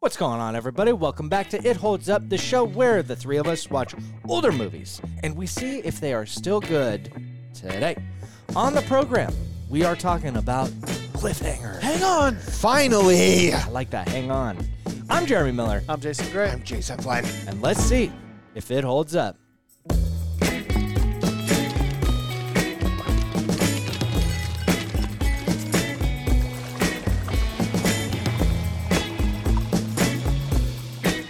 What's going on, everybody? Welcome back to It Holds Up, the show where the three of us watch older movies and we see if they are still good today. On the program, we are talking about Cliffhanger. Hang on! Finally! I like that. Hang on. I'm Jeremy Miller, I'm Jason Gray. I'm Jason Flynn. and let's see if it holds up.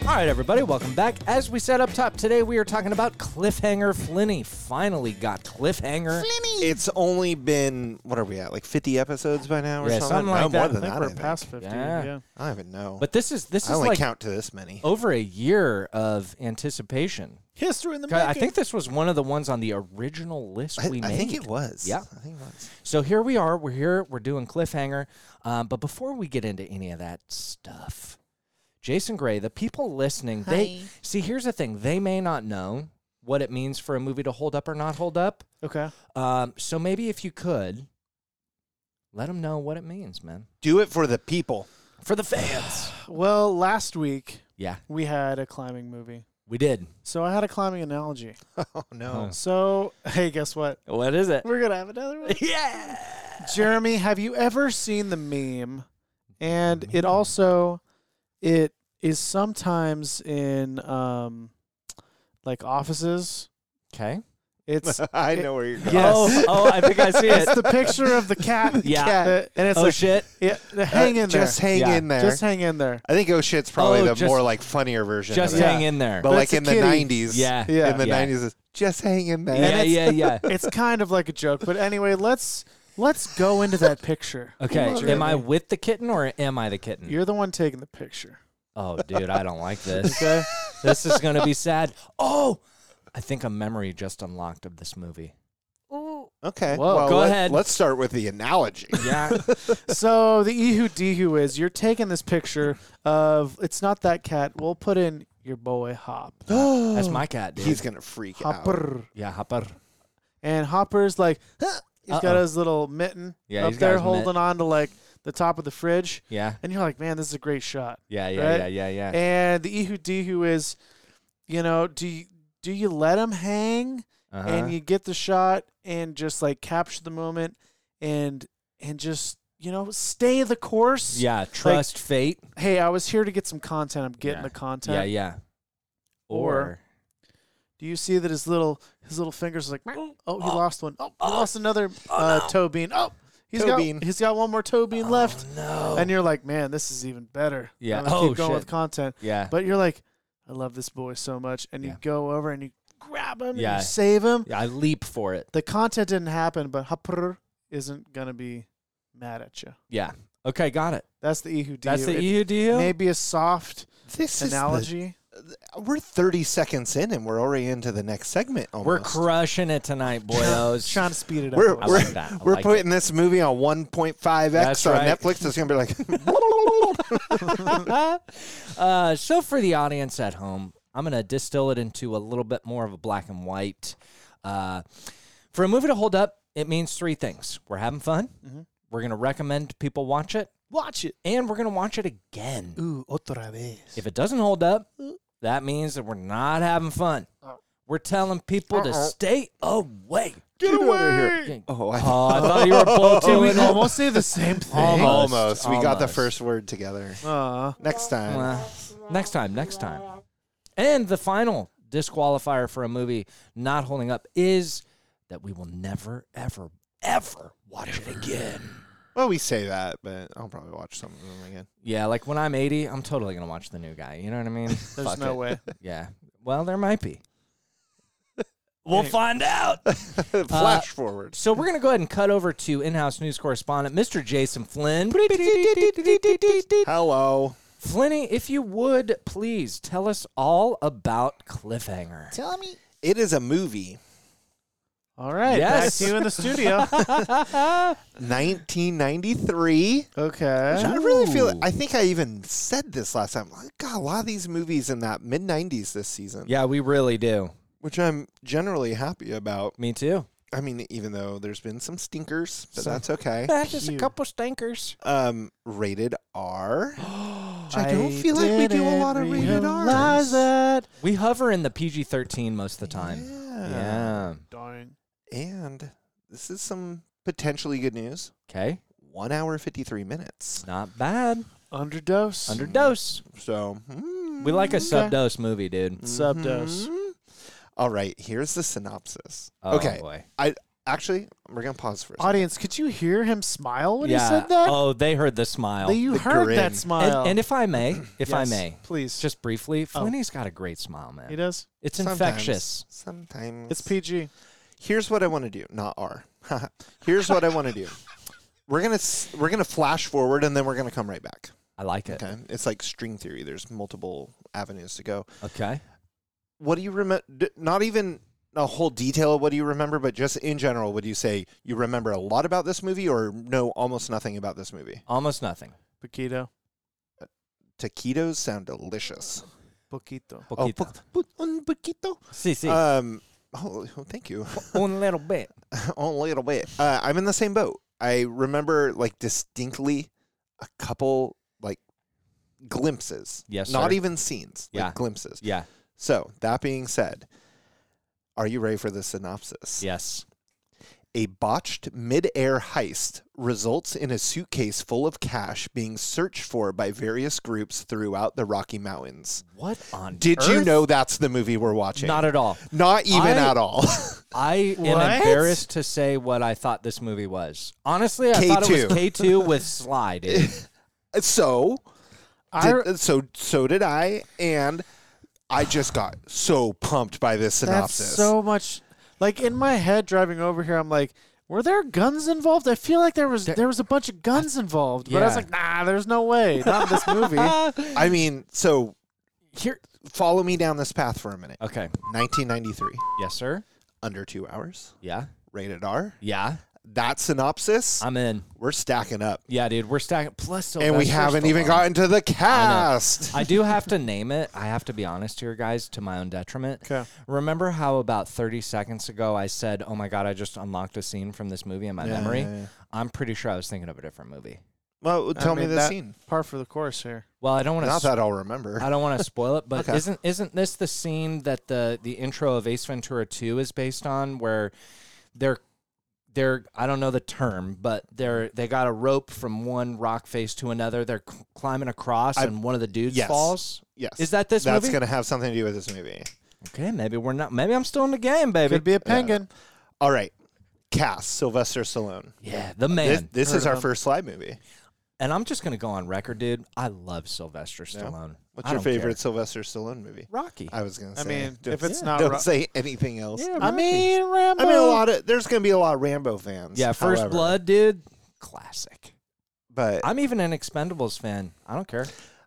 All right, everybody, welcome back. As we said up top, today we are talking about Cliffhanger Flinny. Finally got Cliffhanger. It's only been what are we at? Like 50 episodes by now, or Yeah, something something? like no, that. more I than I think that. we're I, think. past 15. Yeah. Yeah. I don't even know. But this is this I is only like count to this many. over a year of anticipation. History in the 'Cause making. I think this was one of the ones on the original list I, we I made. think it was. Yeah. I think it was. So here we are. We're here. We're doing cliffhanger. Um, but before we get into any of that stuff, Jason Gray, the people listening, they Hi. see. Here's the thing: they may not know what it means for a movie to hold up or not hold up. Okay. Um, so maybe if you could, let them know what it means, man, Do it for the people. for the fans. Well, last week yeah, we had a climbing movie. we did. So I had a climbing analogy. Oh no. So, hey, guess what? What is it? We're going to have another one. yeah. Jeremy, have you ever seen the meme? And Mm-hmm. it also it is sometimes in um like offices. Okay. It's I know where you're going. Yes. Oh, oh, I think I see it. it's the picture of the cat. Yeah. that- and it's oh like shit. yeah, the- Uh, hang in there. Just hang Yeah. in there. Just hang in there. I think oh shit's probably Oh, the just- more like funnier version. Just of it. Yeah. hang in there. But But like it's a in the kitty. 90s. yeah. Yeah. Yeah. In the Yeah. 90s, it's just hang in there. Yeah. Yeah. it's kind of like a joke, but anyway, let's let's go into that picture. Okay, Jeremy. am I with the kitten or am I the kitten? You're the one taking the picture. oh, dude, I don't like this. Okay. this is gonna be sad. Oh, I think a memory just unlocked of this movie. Ooh, Okay. Whoa, well, go let, ahead. Let's start with the analogy. Yeah, so the ehu dehu is you're taking this picture of it's not that cat. We'll put in your boy Hop. that's my cat, dude. He's gonna freak out. Hopper. yeah, Hopper. And Hopper's like "Huh." he's got Uh-oh. his little mitten Yeah, up he's got there his mitt. holding on to like the top of the fridge. Yeah, And you're like, man, this is a great shot. yeah, yeah, Right? yeah, yeah, yeah. And the ehu dehu is, you know, do you, do you let him hang? Uh-huh. and you get the shot and just like capture the moment and and just you know stay the course yeah, trust fate. hey i was here to get some content i'm getting Yeah. the content Yeah, yeah. Or- do you see that his little his little fingers are like oh he lost one oh, he lost another uh, toe bean oh he's Toe got bean. he's got one more toe bean left Oh, no. and you're like man this is even better Yeah. I'm gonna Oh, keep going shit. with content yeah, but you're like i love this boy so much and Yeah. you go over and you grab him Yeah. and you save him yeah. I leap for it. the content didn't happen, but Hapur isn't gonna be mad at you. Yeah. Okay, got it. That's the E ihu That's the Diu. E EU It deal. may be a soft This is the analogy. We're 30 seconds in and we're already into the next segment almost. We're crushing it tonight, boyos. Trying to speed it up. We're- boys. I we're- like that. I We're like it. putting this movie on 1.5x That's on right. Netflix. It's going to be like, uh, so for the audience at home, I'm going to distill it into a little bit more of a black and white. Uh, for a movie to hold up, it means three things: we're having fun, we're going to recommend people watch it, Mm-hmm. watch it. and we're going to watch it again. Ooh, otra vez. If it doesn't hold up, that means that we're not having fun. Uh. We're telling people Uh-uh. to stay away. get outta away. here. Oh, I Oh, I thought you were both Did we doing it. almost say the same thing? Almost. Oh, almost, We got the Almost. first word together. Aw. Next time. Uh, next time, next time. And the final disqualifier for a movie not holding up is that we will never, ever, ever watch it again. Well, we say that, but I'll probably watch some of them again. Yeah, like when I'm 80, I'm totally going to watch the new guy. You know what I mean? there's Fuck no it. way. Yeah. Well, there might be. We'll find out. Uh, Flash forward. So we're going to go ahead and cut over to in-house news correspondent, Mr. Jason Flynn. Hello. Flinny, if you would, please tell us all about Cliffhanger. Tell me. It is a movie. All right. Yes. Back to you in the studio. 1993. okay. I really feel Ooh. I think I even said this last time. God, a lot of these movies in that mid 90s this season, Yeah, we really do. which I'm generally happy about. Me too. I mean, even though there's been some stinkers, but that's okay. That's just a you. couple stinkers. Um, rated R. I don't feel like we do a lot of didn't rated Rs. realize that. We hover in the PG 13 most of the time. Yeah. Darn. And this is some potentially good news. Okay. One hour fifty three minutes. Not bad. Underdose. Underdose. Mm-hmm. So We like a mm, sub dose movie, dude. Subdose. mhm. All right. Here's the synopsis. Oh, okay. Boy. Actually, we're gonna pause for a second. Audience, could you hear him smile when yeah. he said that? Oh, they heard the smile. That you the heard grin. that And- smile. and, and if I may, if I Yes, may, please. just briefly, Oh. Flinny's got a great smile, he man. does. It's Sometimes- infectious. Sometimes It's PG. here's what I want to do. Not R. here's what I want to do. We're gonna s- we're gonna flash forward and then we're gonna come right back. I like it. Okay. It's like string theory. There's multiple avenues to go. Okay. What do you remember? Not even a whole detail of what do you remember, but just in general, would you say you remember a lot about this movie or know almost nothing about this movie? Almost nothing. Paquito. Taquitos sound delicious. Poquito. Poquito. Oh, po- po- un poquito. Si, si. Um, oh, oh, thank you. One little bit. a little bit. Uh, I'm in the same boat. I remember like distinctly a couple like glimpses. Yes, Not sir. even scenes. Yeah. Like glimpses. Yeah. So that being said, are you ready for the synopsis? Yes. A botched mid-air heist results in a suitcase full of cash being searched for by various groups throughout the Rocky Mountains. What on Did you earth? know that's the movie we're watching? Not at all. Not even I- at all. I What? am embarrassed to say what I thought this movie was. Honestly, I thought it was K2 with Sly, dude. so I, did, so so did I, and I just got so pumped by this that's synopsis. so much. Like in my head, driving over here, I'm like, were there guns involved? I feel like there was there, was a bunch of guns involved, but I was Yeah. like, nah, there's no way, not in this movie. I mean, so Here. follow me down this path for a minute. Okay. 1993, Yes, sir. under two hours, Yeah. rated R. Yeah. That synopsis, I'm in. we're stacking up, Yeah, dude. We're stacking. Plus, Sylvester and we haven't even Stallone. gotten to the cast. I do have to name it. I have to be honest here, guys, to my own detriment. 'Kay. Remember how about 30 seconds ago I said, "Oh my god, I just unlocked a scene from this movie in my Yeah, memory." yeah, yeah. I'm pretty sure I was thinking of a different movie. Well, tell I me mean, the that- scene. Par for the course here. Well, I don't want to. Not that I'll remember. I don't want to spoil it, but Okay. isn't isn't this the scene that the the intro of Ace Ventura 2 is based on where they're they're I don't know the term, but they're they got a rope from one rock face to another. They're c- climbing across I- and one of the dudes Yes. falls. yes, Is that this that's movie? going to have something to do with this movie? okay, maybe we're not maybe I'm still in the game, baby. Could be a penguin. All right, cast Sylvester Stallone. yeah, the This, man. this Heard is of our him. first slide movie. and I'm just going to go on record, dude. I love Sylvester Stallone. What's I your don't care. favorite Sylvester Stallone movie? Rocky. I was gonna say. I mean, don't, if it's not don't Ro- say anything else. Yeah, I Rocky. mean, Rambo. I mean, a lot of there's gonna be a lot of Rambo fans. Yeah, First however, Blood, dude. Classic. But I'm even an Expendables fan. I don't care.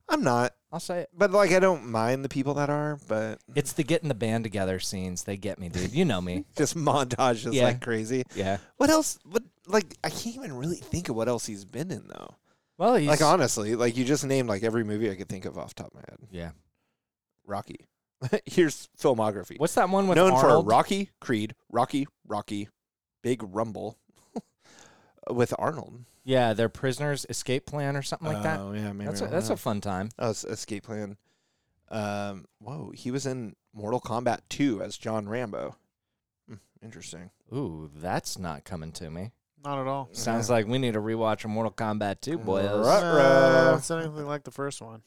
I'm not. I'll say it. But like, I don't mind the people that are. But It's the getting the band together scenes. They get me, dude. You know me. just montage is Yeah. like crazy. yeah. What else? What like I can't even really think of what else he's been in though. Well, he's like honestly, like you just named like every movie I could think of off the top of my head. yeah. Rocky. Here's filmography. What's that one with known Arnold? for Rocky, Creed, Rocky, Rocky, Big Rumble, with Arnold. Yeah, they're prisoners escape plan or something like that. Oh yeah, maybe That's I a, don't that's know. a fun time. Oh, it's Escape Plan. Um, whoa, he was in Mortal Kombat 2 as John Rambo. Hmm, interesting. Ooh, that's not coming to me. Not at all. Sounds like we need to rewatch a Mortal Kombat 2, boys. Right. Uh-oh. Uh, it's anything like the first one.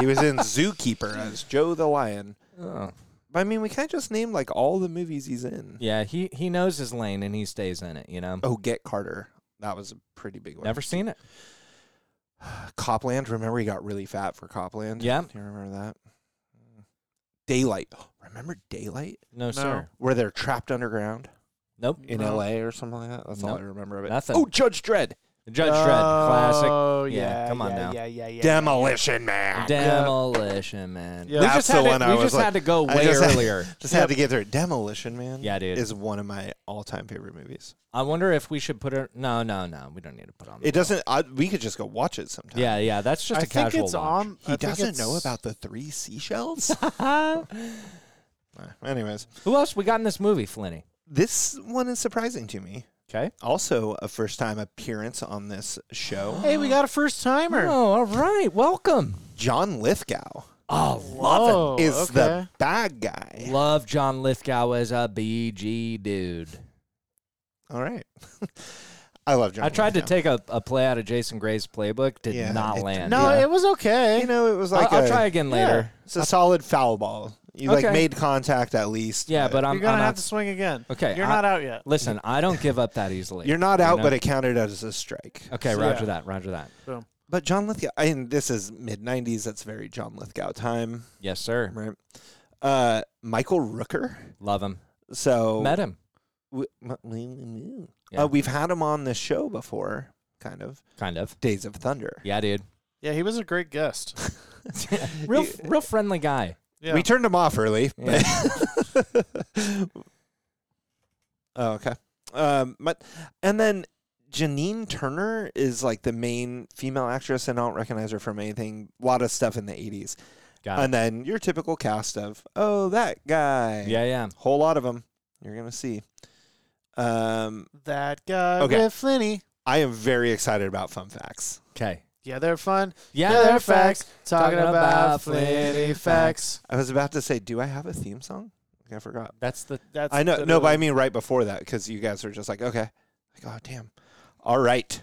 he was in Zookeeper as Joe the Lion. Oh. But I mean, we kind of just named like all the movies he's in. Yeah, he he knows his lane and he stays in it, you know. Oh, Get Carter. That was a pretty big one. Never seen it. Copland. Remember, he got really fat for Copland. Yeah. Do you remember that? Hmm. Daylight. remember Daylight? No, sir. Where they're trapped underground Nope. in No. LA or something like that. That's all Nope. I remember of it. Nothing. Oh, Judge Dredd. Judge Dredd, classic. Oh Yeah, yeah. come on yeah, now. Yeah, yeah, yeah. Demolition Man. Demolition Man. We Yeah. uh, That's just had the to, one we I was just like- had to go I way just had- earlier. Just had to get through it. Demolition Man. Yeah, dude. Is one of my all-time favorite movies. I wonder if we should put it. No, no, no. We don't need to put on. It doesn't. I, we could just go watch it sometime. Yeah, yeah. That's just I a think casual it's watch. on. He I think doesn't it's- know about the three seashells. Anyways, Who else we got in this movie, Flinny? this one is surprising to me. Okay. Also, a first time appearance on this show, Hey, we got a first timer. Oh, all right. Welcome. John Lithgow Oh, Whoa, is okay. the bad guy. Love John Lithgow as a BG dude. All right. I love John. I tried to Lithgow. take a, a play out of Jason Gray's playbook. Did Yeah, not it- land. No, Yeah. it was okay. You know, it was I'll- like I'll, a- try again later. It's a solid foul ball. You Okay. like made contact at least. Yeah, but I'm, You're gonna I'm have out- to swing again. Okay, You're I- not out yet. listen. I don't give up that easily. you're not out, know? but it counted as a strike. okay. So, Roger yeah. that. Roger that. But John Lithgow, I mean, this is mid '90s. That's very John Lithgow time, Yes, sir. right? Uh, Michael Rooker. Love him. Oh. So Met him. we, m- Yeah. uh, we've had him on this show before, kind of. Kind of. Days of Thunder. Yeah, dude. Yeah, he was a great guest. Real, real friendly guy. Yeah. We turned him off early. Yeah. but- oh, okay. Um, but and then Janine Turner is like the main female actress, and I don't recognize her from anything. A lot of stuff in the '80s, Got it. and then your typical cast of oh that guy, yeah, yeah. whole lot of them. You're gonna see. Um, that guy Okay. with Flinny. I am very excited about fun facts. Okay. Yeah, they're fun. Yeah, they're facts. Talking about Flinny facts. I was about to say, do I have a theme song? I forgot. That's the That's I know, no, but I literally- mean right before that because you guys were just like, okay, like, oh damn, all right,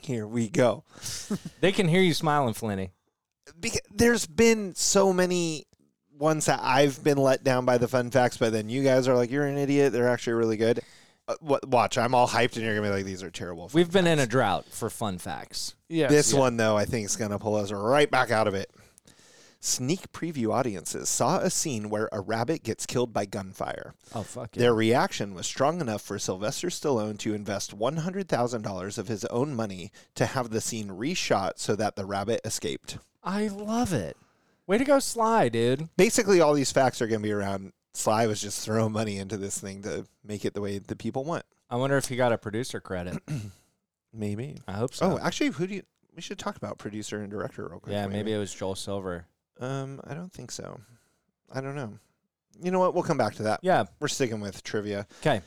here we go. They can hear you smiling, Flinny. Because there's been so many ones that I've been let down by the fun facts, but then you guys are like, you're an idiot. They're actually really good. Uh, wa- watch, I'm all hyped, and you're gonna be like, these are terrible. We've been in a drought for fun facts. yes. This one, though, I think is going to pull us right back out of it. Sneak preview audiences saw a scene where a rabbit gets killed by gunfire. Oh fuck Their reaction was strong enough for Sylvester Stallone to invest $100,000 of his own money to have the scene reshot so that the rabbit escaped. I love it. Way to go, Sly, dude. Basically, all these facts are going to be around Sly was just throwing money into this thing to make it the way the people want. I wonder if he got a producer credit. Maybe. I hope so. Oh, actually, who do you. We should talk about producer and director real quick. yeah, maybe it was Joel Silver. Um, I don't think so. I don't know. You know what? We'll come back to that. Yeah. We're sticking with trivia. Okay.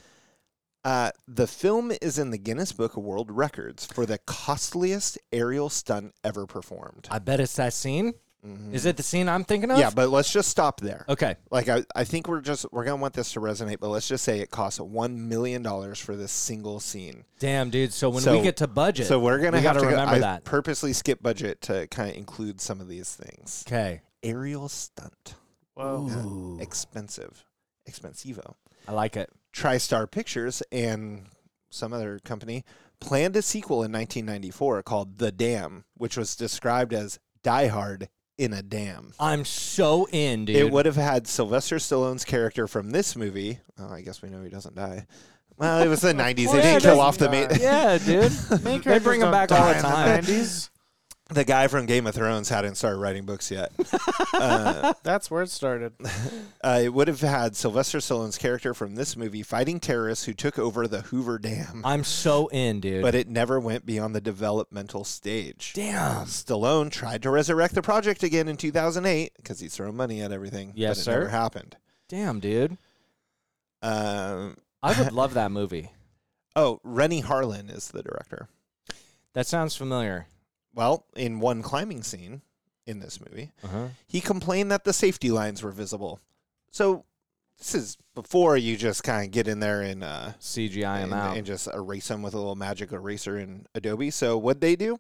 Uh, the film is in the Guinness Book of World Records for the costliest aerial stunt ever performed. I bet it's that scene. Mhm. Is it the scene I'm thinking of? Yeah, but let's just stop there. Okay. Like, I, I think we're just we're gonna want this to resonate, but let's just say it costs one million dollars for this single scene. Damn, dude. So when we So- get to budget, So we're we gonna have gotta to go- remember I that. purposely skip budget to kind of include some of these things. okay. Aerial stunt, Whoa. Oh, Yeah. Ooh. expensive, expensivo. I like it. TriStar Pictures and some other company planned a sequel in 1994 called The Dam, which was described as Die Hard in a Dam. I'm so in, dude. It would have had Sylvester Stallone's character from this movie. Oh, I guess we know he doesn't die. Well, it was the 90s. Well, they yeah, didn't it kill doesn't off the main. die. yeah, dude. Make They bring 'em don't back all die the in time. 90s. the guy from Game of Thrones hadn't started writing books yet. uh, That's where it started. uh, it would have had Sylvester Stallone's character from this movie fighting terrorists who took over the Hoover Dam, I'm so in, dude. but it never went beyond the developmental stage. Damn. Stallone tried to resurrect the project again in 2008 because he's throwing money at everything. Yes, but it sir. never happened. Damn, dude. Um, I would love that movie. oh, Rennie Harlan is the director. That sounds familiar. Well, in one climbing scene in this movie, Uh-huh. he complained that the safety lines were visible. So this is before you just kind of get in there and uh, CGI him and, out. and just erase them with a little magic eraser in Adobe. So what they do?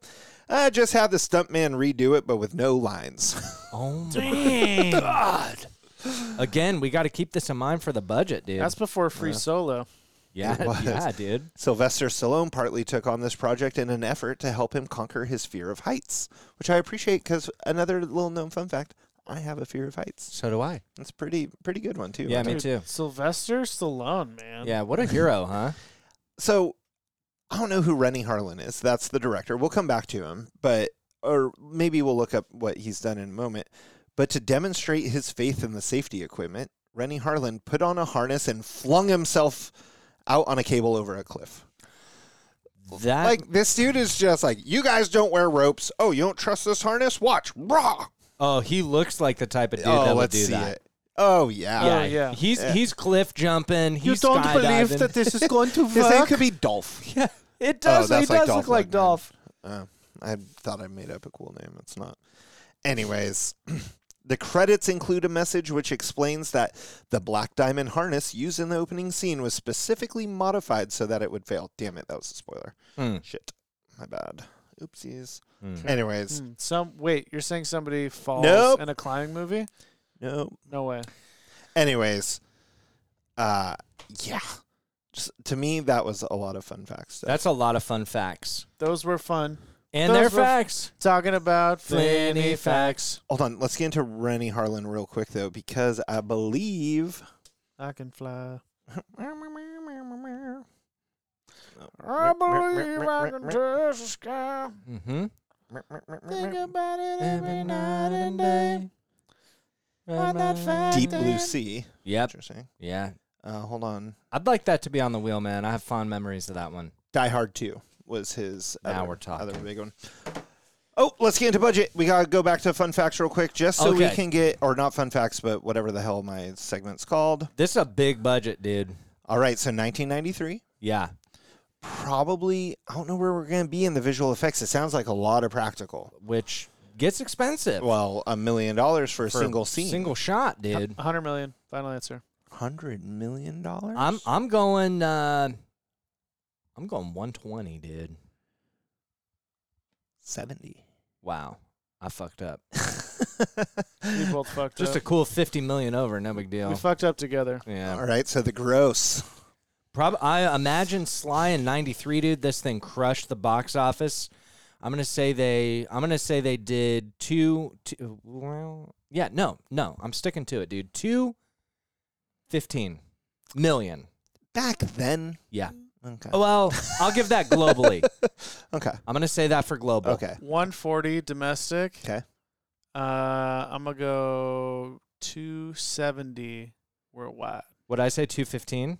Uh, just have the stuntman redo it, but with no lines. oh my god. Again, we got to keep this in mind for the budget, dude. That's before Free Solo. yeah, It was. yeah, dude. Sylvester Stallone partly took on this project in an effort to help him conquer his fear of heights, which I appreciate because another little known fun fact: I have a fear of heights. So do I. It's a pretty pretty good one too. Yeah, me Dude, too. Sylvester Stallone, man. Yeah, what a hero, huh? So I don't know who Rennie Harlan is. That's the director. We'll come back to him, but or maybe we'll look up what he's done in a moment. But to demonstrate his faith in the safety equipment, Rennie Harlan put on a harness and flung himself out on a cable over a cliff. That like this dude is just like, you guys don't wear ropes. Oh, you don't trust this harness? Watch, raw. Oh, he looks like the type of dude oh, that would let's do see that. it. Oh yeah. Yeah. yeah. He's Yeah. he's cliff jumping. He's you don't believe skydiving. that this is going to His name work? could be Dolph. Yeah, it does. Oh, he that's like does Dolph look like Lundgren. Dolph. Uh, I thought I made up a cool name. It's not. Anyways, the credits include a message which explains that the black diamond harness used in the opening scene was specifically modified so that it would fail. Damn it, that was a spoiler. Mm. Shit, my bad. Oopsies. Mm. Anyways, Hmm, Some wait, you're saying somebody falls Nope. in a climbing movie? no. No way. Anyways, uh, yeah. Just, to me, that was a lot of fun facts. stuff. That's a lot of fun facts. Those were fun. And Those they're were- facts. Talking about Flinny Flinny facts. Hold on, let's get into Rennie Harlan real quick though, because I believe I can fly. I believe I can touch the sky. Mm-hmm. Think about it every night and day. On that fact Deep Blue Sea. Yep. Interesting. Yeah. Uh, hold on. I'd like that to be on the wheel, man. I have fond memories of that one. Die Hard 2 was his Now other, we're talking. other big one. Oh, let's get into budget. We got to go back to fun facts real quick just so we Okay. can get, or not fun facts, but whatever the hell my segment's called. This is a big budget, dude. All right, so 1993. Yeah. Probably, I don't know where we're going to be in the visual effects. It sounds like a lot of practical. Which gets expensive. Well, a million dollars for a for single scene. Single shot, dude. 100 million. Final answer. hundred million dollars. I'm I'm going uh I'm going 120, dude. seventy. Wow. I fucked up. We both fucked Just a up. cool 50 million over, no big deal. we fucked up together. yeah. All right, so the gross. Prob- I imagine Sly in '93, dude. This thing crushed the box office. I'm gonna say they. I'm gonna say they did two. two well, yeah, no, no. I'm sticking to it, dude. Two. Fifteen million. Back then. Yeah. Okay. Well, I'll give that globally. okay. I'm gonna say that for global. Okay. 140 domestic. 'Kay. Uh, I'm going to go 270 worldwide. Would I say two fifteen?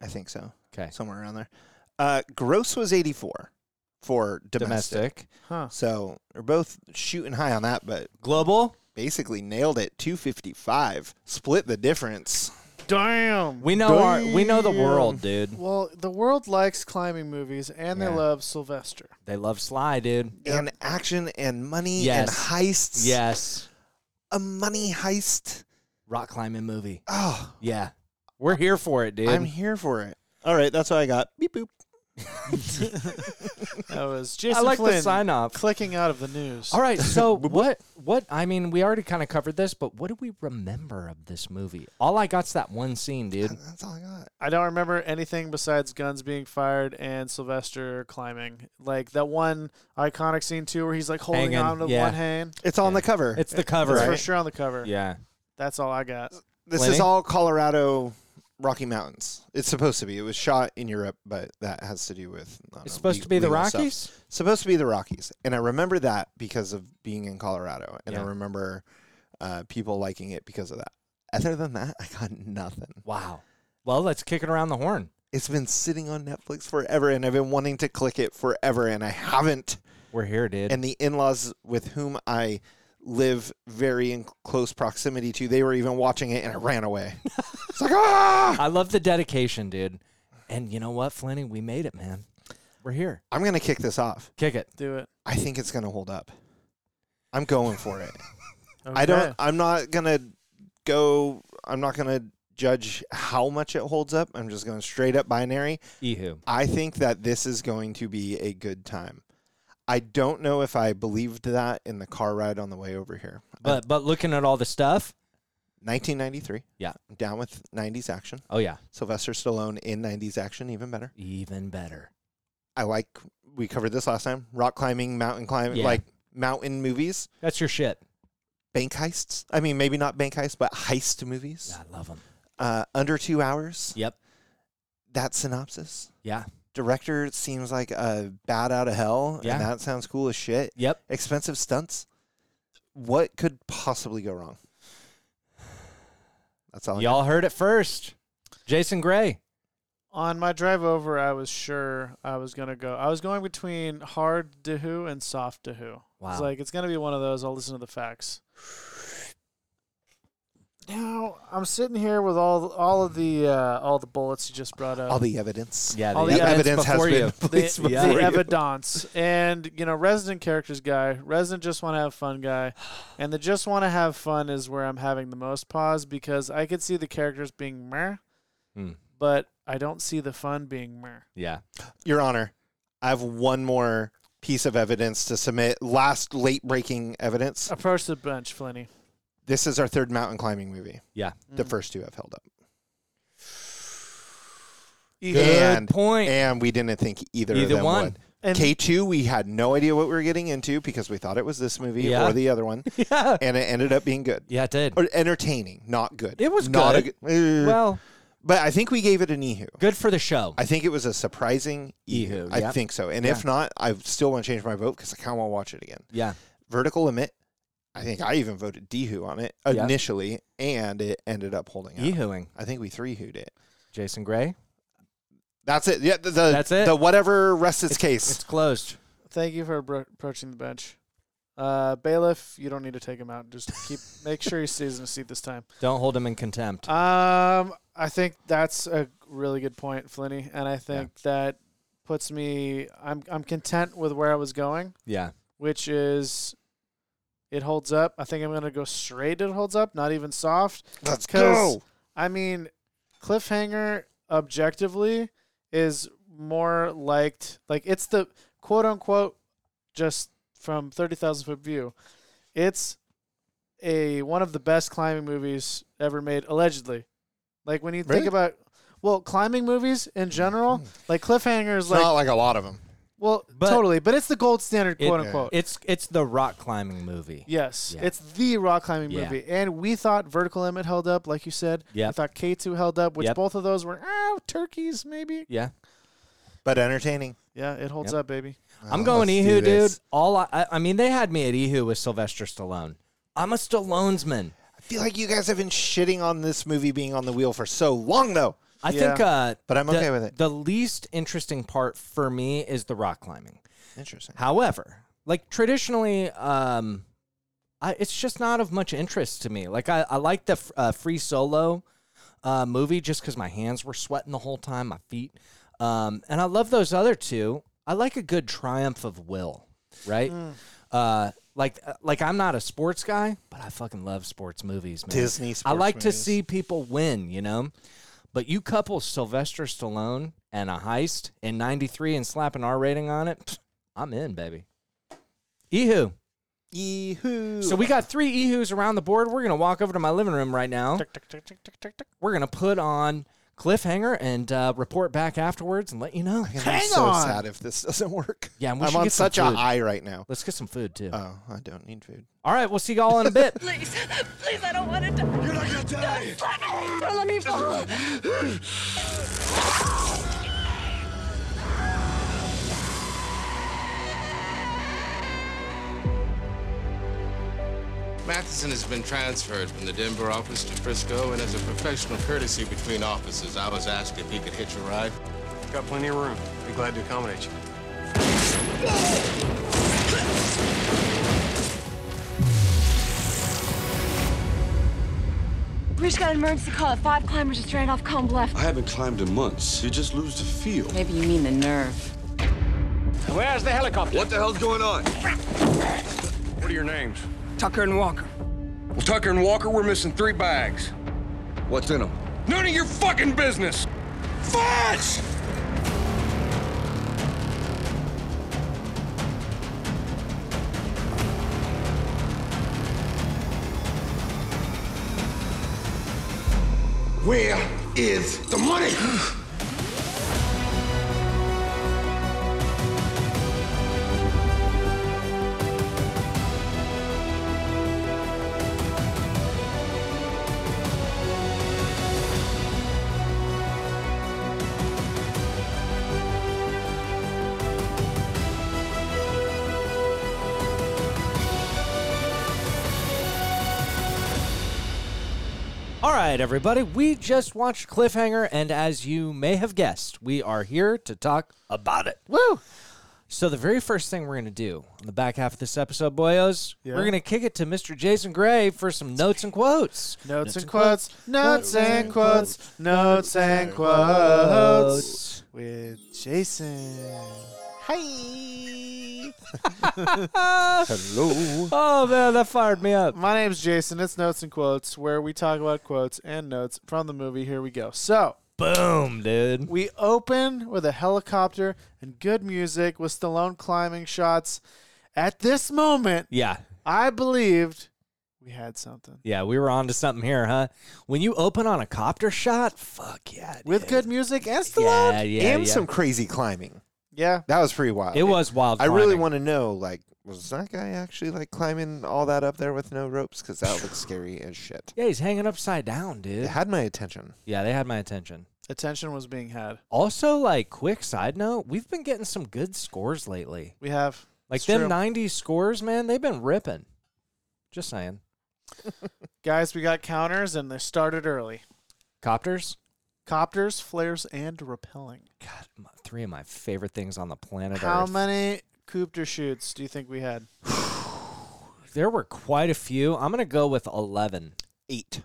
I think so. Okay. Somewhere around there. Uh, gross was eighty four for domestic. Domestic. Huh. So they're both shooting high on that, but Global. basically nailed it. Two fifty five. Split the difference. Damn. We know our. We know the world, dude. well, the world likes climbing movies and Yeah. they love Sylvester. They love Sly, dude. Yep. And action and money and Yes. heists. Yes. A money heist. Rock climbing movie. Oh, Yeah. We're here for it, dude. I'm here for it. All right, that's what I got. Beep boop. That was Jason I like Flynn the sign off. clicking out of the news. All right, so what? What I mean, we already kind of covered this, but what do we remember of this movie? All I got's that one scene, dude. That's all I got. I don't remember anything besides guns being fired and Sylvester climbing. Like that one iconic scene too, where he's like holding Hanging, on to yeah. one hand. It's on Yeah. the cover. It's the cover, That's right? for sure on the cover. Yeah, That's all I got. This Lenny? is all Colorado Rocky Mountains. It's supposed to be. It was shot in Europe, but that has to do with. I don't it's know, supposed le- to be the legal stuff. Rockies. Supposed to be the Rockies, and I remember that because of being in Colorado, and I Yeah. remember uh, people liking it because of that. Other than that, I got nothing. Wow. Well, let's kick it around the horn. It's been sitting on Netflix forever, and I've been wanting to click it forever, and I haven't. We're here, dude. And the in-laws with whom I live very in close proximity to, they were even watching it, and I ran away. it's like ah. I love the dedication, dude. And you know what, Flinny? We made it, man. We're here. I'm going to kick this off. Kick it. Do it. I think it's going to hold up. I'm going for it. Okay. I don't I'm not going to go I'm not going to judge how much it holds up. I'm just going straight up binary. Ehu. I think that this is going to be a good time. I don't know if I believed that in the car ride on the way over here. Uh, But but looking at all the stuff. 1993. Yeah. I'm down with 90s action. Oh yeah, Sylvester Stallone in 90s action even better. even better. I like we covered this last time. Rock climbing, mountain climbing, Yeah. like mountain movies. That's your shit. bank heists. I mean, maybe not bank heists, but heist movies. I love them. Uh, under two hours. Yep. That synopsis. Yeah. Director seems like a bat out of hell, Yeah. and that sounds cool as shit. Yep. Expensive stunts. What could possibly go wrong? That's all. I Y'all heard it first. Jason Gray. On my drive over, I was sure I was gonna go. I was going between hard Dehu and soft Dehu. Wow. It's like it's gonna be one of those. I'll listen to the facts. Now I'm sitting here with all all of the uh, all the bullets you just brought up. All the evidence. Yeah, All The, the evidence, evidence has before been you. placed the, Yeah. before the you. evidence and you know resident characters guy resident just want to have fun guy and the just want to have fun is where i'm having the most pause because i could see the characters being meh Hmm. but i don't see the fun being meh yeah. Your Honor, I have one more piece of evidence to submit. Last late breaking Oh. evidence. approach the bench flinny This is our third mountain climbing movie. Yeah. The Mm. first two have held up. Good And- point. And we didn't think either, of Either them one. would. and K2, we had no idea what we were getting into because we thought it was this movie Yeah. or the other one. yeah. And it ended up being good. Yeah, it did. Or entertaining, not good. It was not good. A good uh, Well, but I think we gave it an Ehu. good for the show. I think it was a surprising E Ehu, I E yep. think so. And if Yeah. not, I still want to change my vote because I kind of want to watch it again. yeah. Vertical Limit, I Mm-hmm. think I even voted Dehu on it Yep. initially, and it ended up holding up. Yee-hooing. I think we three hooed it. Jason Gray. That's it. Yeah, the, the- That's it? The whatever rests its, case. It's closed. thank you for appro- approaching the bench uh, bailiff you don't need to take him out just keep make sure he stays in his seat this time Don't hold him in contempt. Um, I think that's a really good point, Flinny, and I think that puts me. I'm I'm content with where I was going, Yeah. which is it holds up. I think I'm gonna go straight. It holds up, not even soft. Let's 'Cause, go. I mean, cliffhanger objectively is more liked. Like it's the quote unquote just from thirty thousand foot view. It's a one of the best climbing movies ever made, allegedly. Like when you Really? think about well, climbing movies in general, like cliffhangers, It's like not like a lot of them. well, Mm-hmm. But- totally, but it's the gold standard, It- quote unquote. It's it's the rock climbing movie. Yes, Yeah. it's the rock climbing Yeah. movie, and we thought Vertical Limit held up, like you said. Yep. I thought K two held up, which Yep. both of those were ah, turkeys, maybe. Yeah. But entertaining. Yeah, it holds Yep. up, baby. I'm Oh, going E let's do Ehu, dude. this. All I, I I mean, they had me at Ehu with Sylvester Stallone. I'm a Stallonesman. I feel like you guys have been shitting on this movie being on the wheel for so long, though. I Yeah. think, uh, But I'm the- okay with it. The least interesting part for me is the rock climbing. Interesting. However, like traditionally, um, I, it's just not of much interest to me. Like I, I like the f- uh, free solo uh, movie just because my hands were sweating the whole time, my feet, um, and I love those other two. I like a good triumph of will, right? Hmm. Uh, like uh, like I'm not a sports guy, but I fucking love sports movies, man. Disney sports I like to movies. see people win, you know. But you couple Sylvester Stallone and a heist in '93 and slap an R rating on it, pfft, I'm in, baby. Ehu. E Ehu. So we got three ehus around the board. We're gonna walk over to my living room right now. Tick, tick, tick, tick, tick, tick, tick. We're gonna put on cliffhanger and uh, report back afterwards and let you know. I'm Hang so on. sad if this doesn't work. Yeah, and we I'm should on get some such a food. high right now. Let's get some food too. Oh, I don't need food. All right, we'll see y'all in a bit. Please, please, I don't want to die. You're not gonna die. Don't let me. Don't let me fall. Matheson has been transferred from the Denver office to Frisco, and as a professional courtesy between offices, I was asked if he could hitch a ride. Got plenty of room. Be glad to accommodate you. We just got an emergency call that five climbers just ran off Combe Left. I haven't climbed in months. You just lose the feel. Maybe you mean the nerve. Where's the helicopter? What the hell's going on? What are your names? Tucker and Walker. Well, Tucker and Walker, we're missing three bags. What's in them? None of your fucking business. Fudge! Where is the money? All right, everybody, we just watched Cliffhanger, and as you may have guessed, we are here to talk about it. Woo! So the very first thing we're gonna do on the back half of this episode, boyos, Yeah. we're gonna kick it to Mr. Jason Gray for some notes and quotes. Notes and quotes, notes and quotes, notes and quotes Quotes. with Jason. Hi. Hello. Oh man, that fired me up. My name's Jason. It's Notes and Quotes, where we talk about quotes and notes from the movie. Here we go. So, Boom, dude. we open with a helicopter and good music with Stallone climbing shots. At this moment, Yeah. I believed we had something. Yeah, we were on to something here, huh? When you open on a copter shot, fuck yeah. With dude. good music and Stallone. yeah, yeah, and yeah. some crazy climbing. Yeah. That was pretty wild. It was wild. I really climbing. want to know, like, was that guy actually like climbing all that up there with no ropes? Because that looks scary as shit. Yeah, he's hanging upside down, It dude. had my attention. Yeah, they had my attention. Attention was being had. Also, like, quick side note, we've been getting some good scores lately. We have. Like It's them true. '90s scores, man, they've been ripping. Just saying, Guys, we got counters and they started early. copters. Copters, flares, and rappelling. God, my, three of my favorite things on the planet How Earth. many copter shoots do you think we had? There were quite a few. I'm gonna go with eleven. Eight.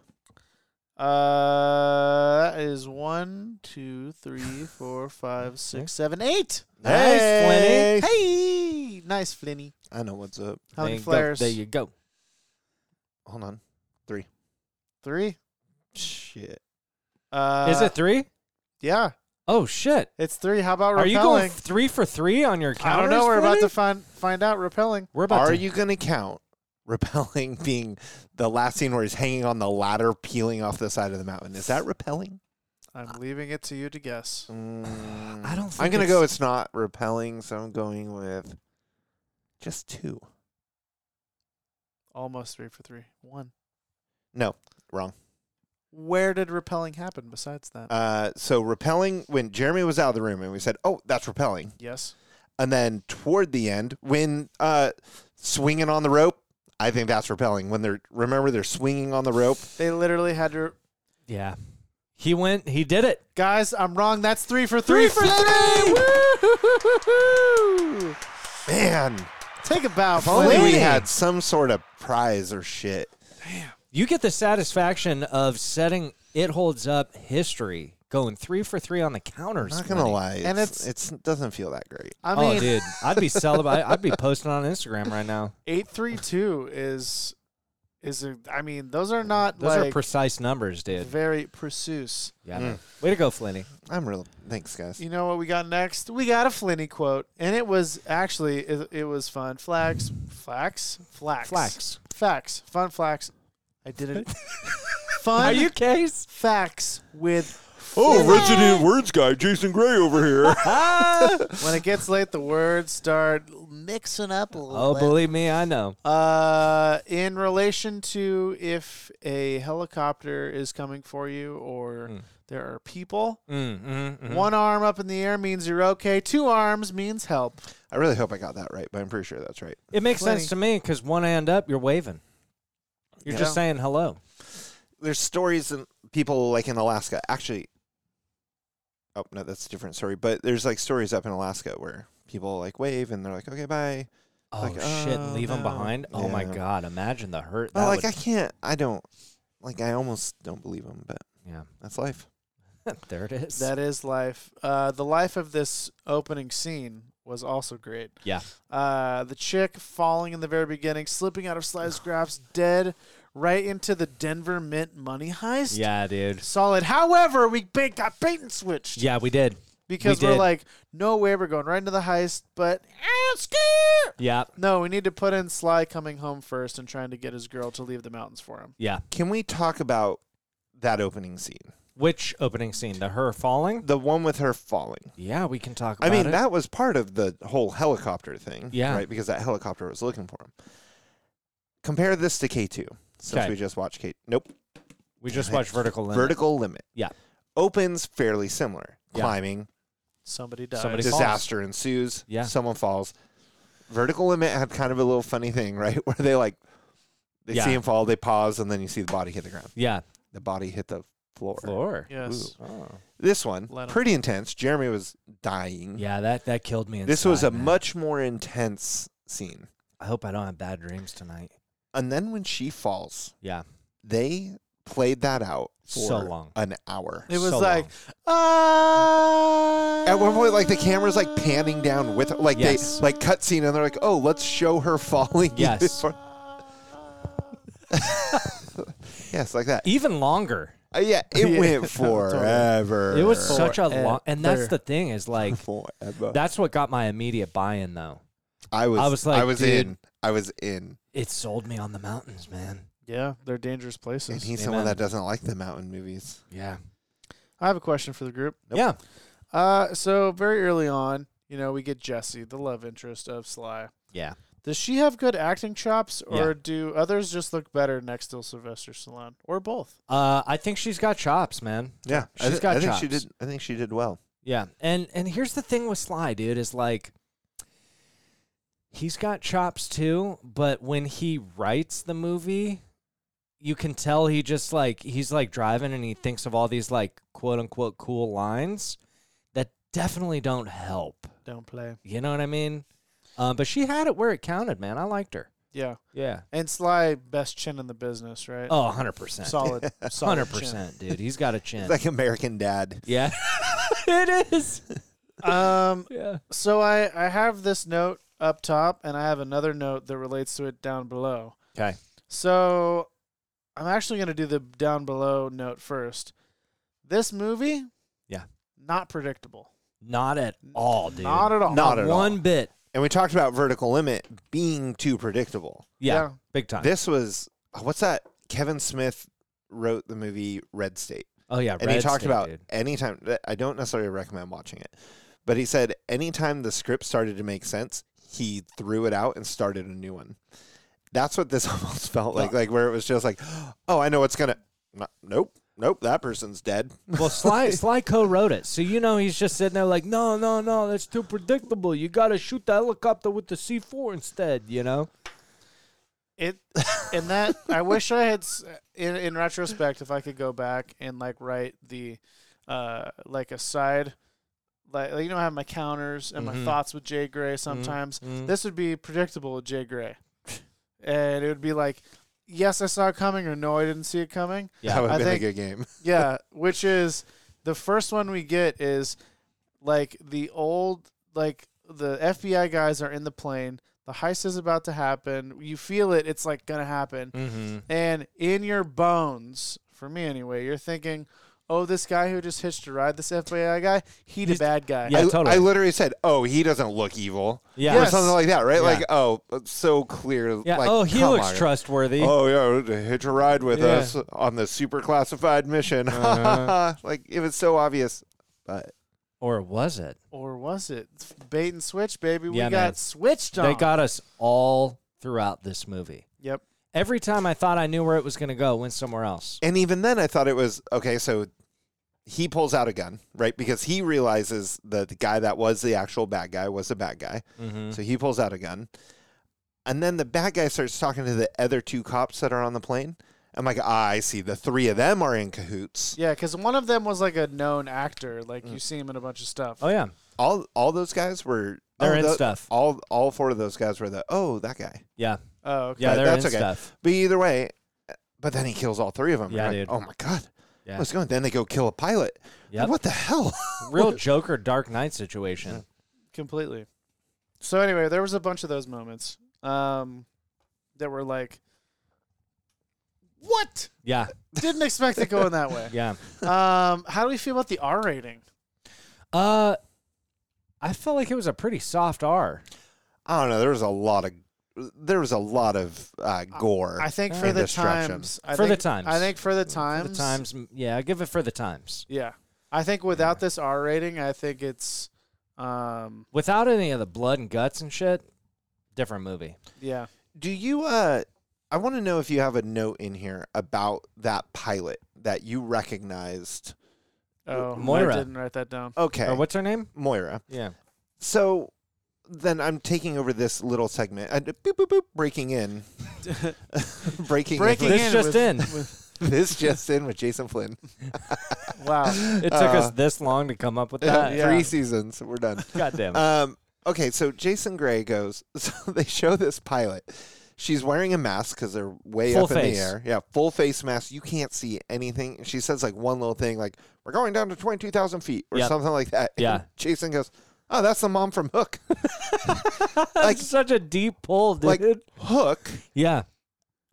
Uh, that is one, two, three, four, five, six, seven, eight. Nice, Flinny. Hey! Hey, nice, Flinny. I know what's up. How there many you go, flares? There you go. Hold on. Three. Shit. Uh, Is it three? Yeah, Oh shit! it's three. How about Are repelling? you going three for three on your I counters? don't know. We're about Flinny? to find find out. Repelling. We're about Are to. you gonna count repelling being the last scene where he's hanging on the ladder, peeling off the side of the mountain? Is that repelling? I'm leaving it to you to guess. I don't. Think Mm, I'm gonna it's- go. It's not repelling, so I'm going with just two. Almost three for three. One. No, wrong. Where did repelling happen? Besides that, Uh, so repelling when Jeremy was out of the room, and we said, "Oh, that's repelling." yes. And then toward the end, when uh, swinging on the rope, I think that's repelling. When they're remember they're swinging on the rope. They literally had to. Yeah. He went. He did it. Guys, I'm wrong. That's three for Three for three. Flinny! Woo-hoo-hoo-hoo-hoo! Man, Take a bow. if only we Flinny. had some sort of prize or shit. You get the satisfaction of setting it holds up history, going three for three on the counters. I'm not gonna Flinny. lie, And it's, it's it doesn't feel that great. I mean, oh, dude, I'd be celibate. I'd be posting on Instagram right now. eight three two is is a, I mean, those are not Those like are precise numbers, dude. very precise. Yeah. man. Mm. Way to go, Flinny. I'm real. Thanks, guys. You know what we got next? We got a Flinny quote, and it was actually it, it was fun. Flax, flax, flax, Flax. facts, fun flax. I did it. fun Are you case? facts with. Oh, resident words guy Jason Gray over here. When it gets late, the words start mixing up a little Oh, bit. believe me, I know. Uh, in relation to if a helicopter is coming for you or Hmm. there are people, Mm, mm, mm. one arm up in the air means you're okay. Two arms means help. I really hope I got that right, but I'm pretty sure that's right. It makes Flinny. sense to me because one hand up, you're waving. You're Yeah. just saying hello. There's stories and people like in Alaska. Actually, oh no, that's a different story. But there's like stories up in Alaska where people like wave and they're like, okay, bye. Oh Like, shit! oh, Leave them no. behind. Oh my Yeah. god! Imagine the hurt. Well, that like I would- can't. I don't. Like I almost don't believe them, but Yeah. that's life. there it is. That is life. Uh, the life of this opening scene was also great. Yeah. Uh, the chick falling in the very beginning, slipping out of Slice Graph's dead right into the Denver Mint money heist. yeah, dude. Solid. However, we bait, got bait and switched. Yeah, we did. because We we are did. like, no way, we're going right into the heist, but eh, screw it. Yeah, no, we need to put in Sly coming home first and trying to get his girl to leave the mountains for him. yeah. Can we talk about that opening scene? Which opening scene? The her falling. The one with her falling. Yeah, we can talk. I about mean, it. that was part of the whole helicopter thing, Yeah. right? Because that helicopter was looking for him. Compare this to K two, since Okay. we just watched K. Nope, we just watched Vertical Limit. vertical limit. Yeah. opens fairly similar. Yeah. Climbing, Somebody dies. Somebody- He falls. disaster ensues. Yeah. someone falls. Vertical limit had kind of a little funny thing, right? Where they like, they Yeah. see him fall, they pause, and then you see the body hit the ground. Yeah, The body hit the Floor. Floor. Yes. Ooh, oh. This one, Let 'em- pretty intense. Jeremy was dying. Yeah, that that killed me. this was inside, a man. much more intense scene. I hope I don't have bad dreams tonight. And then when she falls, Yeah. they played that out for So long. an hour. It was So like, long. ah. At one point, like the camera's like panning down with like Yes. they like cutscene, and they're like, "Oh, let's show her falling." Yes. before- yes, like that. even longer. Uh, yeah, it Yeah, went totally. forever. It was such a long, and that's Forever. the thing is like forever. that's what got my immediate buy-in though. I was, I was like, I was dude. in, I was in, It sold me on the mountains, man. Yeah, they're dangerous and places. he's someone Amen. that doesn't like the mountain movies. Yeah, I have a question for the group. yeah, Uh, so very early on, you know, we get Jessie, the love interest of Sly. yeah. Does she have good acting chops, or Yeah. do others just look better next to Sylvester Stallone, or both? Uh, I think she's got chops, man. Yeah, I, She's thi- got I think she chops. did. I think she did well. Yeah, and and here's the thing with Sly, dude, is like he's got chops too, but when he writes the movie, you can tell he just like he's like driving and he thinks of all these like quote unquote cool lines that definitely don't help. Don't play. You know what I mean? Um, but she had it where it counted, man. I liked her. Yeah, Yeah. and Sly, best chin in the business, right? Oh, 100%. solid, solid chin. 100%, dude. He's got a chin. It's like American Dad. yeah. it is. Um, Yeah. so I I have this note up top, and I have another note that relates to it down below. 'Kay. So I'm actually gonna do the down below note first. This movie, Yeah. not predictable, Not at all, dude. not at all, Not at all. One bit. And we talked about vertical limit being too predictable. Yeah, Yeah. big time. This was what's that? Kevin Smith wrote the movie Red State, oh yeah, and he Red talked State, about dude. anytime. I don't necessarily recommend watching it, but he said anytime the script started to make sense, he threw it out and started a new one. That's what this almost felt like, like where it was just like, oh, I know what's gonna. no- Nope, nope, that person's dead. Well, Sly Sly co-wrote it, so you know he's just sitting there like, no, no, no, that's too predictable. You got to shoot the helicopter with the C four instead. You know? It and that I wish I had s- in in retrospect if I could go back and like write the uh like a side like like, you know I have my counters and my Mhm. thoughts with Jay Gray sometimes. mhm. This would be predictable with Jay Gray. and it would be like yes I saw it coming or no I didn't see it coming. Yeah. that would I have been think- a good game. Yeah, which is the first one we get is like the old like the FBI guys are in the plane. The heist is about to happen. You feel it. It's like gonna happen. Mm-hmm. And in your bones, for me anyway, you're thinking, "Oh, this guy who just hitched a ride, this FBI guy, he the He's- bad guy." Yeah, I, totally. I literally said, "Oh, he doesn't look evil," Yeah. or Yes. something like that, Yeah. right? Like, oh, so clear. Yeah. Like, oh, he come looks on. trustworthy. Oh yeah, to hitch a ride with Yeah. Uh-huh. us on the super classified mission. like it was so obvious, but Or was it? Or was it bait and switch, baby? we Yeah, got man. switched on. They got us all throughout this movie. Yep. Every time I thought I knew where it was going to go, it went somewhere else. and even then, I thought it was okay. So he pulls out a gun, right? Because he realizes that the guy that was the actual bad guy was a bad guy. Mm-hmm. So he pulls out a gun, and then the bad guy starts talking to the other two cops that are on the plane. I'm like, ah, I see. The three of them are in cahoots. Yeah, because one of them was like a known actor. Like you see him in a bunch of stuff. Mm. Oh yeah. All all those guys were. They're oh, in tho- stuff. All all four of those guys were the oh that guy. Yeah. Oh, okay. Yeah. But They're that's in okay. stuff. But either way, but then he kills all three of them. Yeah, You're dude. like, Oh my god, Yeah. what's going? on? Then they go kill a pilot. Like, Yep. what the hell? Real Joker Dark Knight situation. completely. So anyway, there was a bunch of those moments um, that were like, "What? Yeah. Didn't expect it going that way." Yeah. Um, how do we feel about the R rating? Uh, I felt like it was a pretty soft R. I don't know. There was a lot of there was a lot of uh, gore. I think for And the destruction. times. I For the think- times. I think for the For times. the times, m- yeah, I give it for the times. Yeah. I think without this R rating, I think it's, um, Without any of the blood and guts and shit, different movie. yeah. Do you? Uh, I want to know if you have a note in here about that pilot that you recognized. Oh, Moira. I didn't write that down. Okay, Or what's her name? Moira. Yeah. So then I'm taking over this little uh, segment. I, boop, boop, boop, breaking in. breaking, Breaking in. This in just with- in. with- this just in with Jason Flynn. Wow. It took us this long to come up with that. Yeah. Three seasons. We're done. God damn it. Um, okay, so Jason Gray goes. So they show this pilot. She's wearing a mask because they're way Full up in face. the air. Yeah, full face mask. You can't see anything. And She says like one little thing, like "We're going down to twenty two thousand feet" or Yep. something like that. And Yeah. Jason goes, "Oh, that's the mom from Hook." like, Such a deep pull, dude. like Hook, yeah.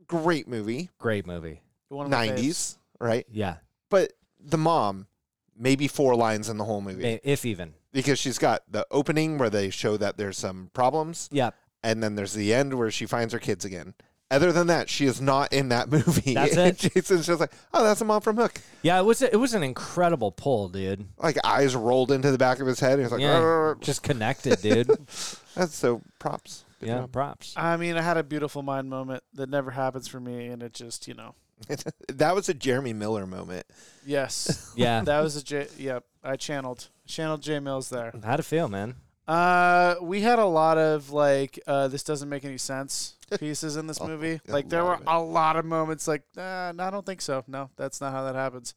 great movie, Great movie. One of my faves. nineties, right? Yeah. But the mom, maybe four lines in the whole movie I- If even. because she's got the opening where they show that there's some problems. Yeah. and then there's the end where she finds her kids again. Other than that, she is not in that movie. That's it. Jason's just like, oh, that's a mom from Hook. Yeah, it was it was an incredible pull, dude. Like eyes rolled into the back of his head. He's like, uh, Yeah. "Arr." Just connected, dude. that's so props. Good yeah, job. props. I mean, I had a beautiful mind moment that never happens for me, and it just, you know, that was a Jeremy Miller moment. yes, Yeah. that was a J. Yep, I channeled channeled J Mills there. How'd it feel, man? Uh, we had a lot of like, uh, this doesn't make any sense pieces in this A- movie. Oh, a Like there were lot of it. a lot of moments like, nah, no, I don't think so. No, that's not how that happens.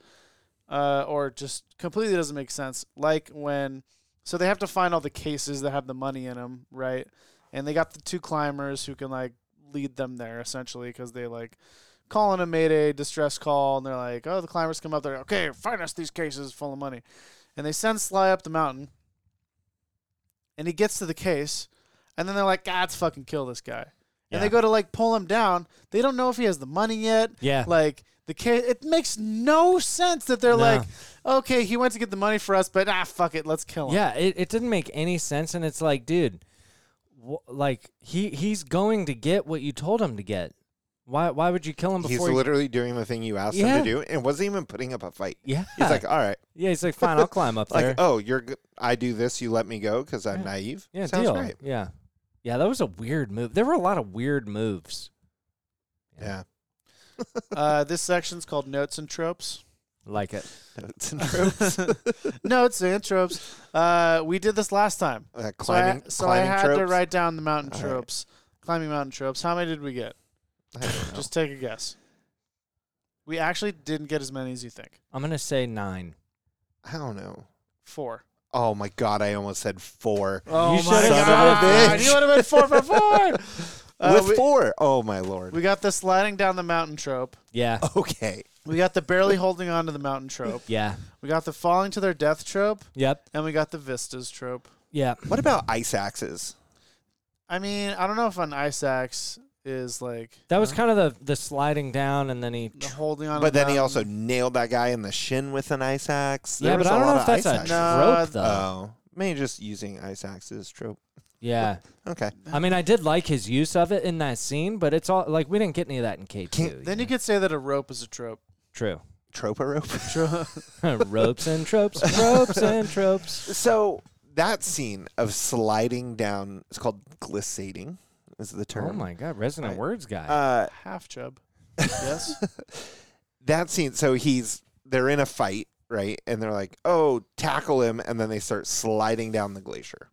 Uh, or just completely doesn't make sense. Like when, so they have to find all the cases that have the money in them, right? And they got the two climbers who can like lead them there essentially because they like calling a mayday distress call and they're like, oh, the climbers come up there. Okay, find us these cases full of money. And they send Sly up the mountain and he gets to the case, and then they're like, "God, let's fucking kill this guy." Yeah. And they go to like pull him down. They don't know if he has the money yet. Yeah. Like the case, it makes no sense that No. they're like, "Okay, he went to get the money for us, but ah, fuck it, let's kill him." Yeah, it, it didn't make any sense, and it's like, dude, wh- like he he's going to get what you told him to get. Why why would you kill him He's before? you- literally doing the thing you asked Yeah. him to do and wasn't even putting up a fight. yeah, He's like, all right. yeah, he's like, fine, I'll climb up Like, there. oh, you're. G- I do this. You let me go because I'm naive. yeah, Sounds deal. great. Yeah, yeah, that was a weird move. There were a lot of weird moves. Yeah. Uh, this section's called notes and tropes. Like uh, it. Notes and tropes. notes and tropes. Uh, we did this last time, Uh, so I, climbing, so I climbing had tropes. to write down the mountain All right. tropes, climbing mountain tropes. How many did we get? I don't know. Just take a guess. We actually didn't get as many as you think. I'm gonna say nine. I don't know. Four. Oh my god! I almost said four. Oh You should've son of a bitch. You would have been four for four. Uh, With we, four. Oh my lord. we got the sliding down the mountain trope. Yeah, Oh. okay. We got the barely holding on to the mountain trope. yeah, We got the falling to their death trope, yep, and we got the vistas trope. yeah. What about ice axes? I mean, I don't know if an ice axe is like That was kind of the the sliding down, and then he. the holding on. to But the then he also mountain. nailed that guy in the shin with an ice axe. Yeah, There but was I don't lot know if of that's a ice axes. trope No, though. Oh, maybe just using ice axes trope. yeah, Okay. I mean, I did like his use of it in that scene, but it's all like we didn't get any of that in K Can't- two. Then you could say that a rope is a trope. True. Trope a rope. ropes and tropes, ropes and tropes. so that scene of sliding down it's called glissading is the term. Oh my god, resonant Right. words guy. Uh, Half chub. Yes. that scene so he's they're in a fight, right? And they're like, "Oh, tackle him." And then they start sliding down the glacier.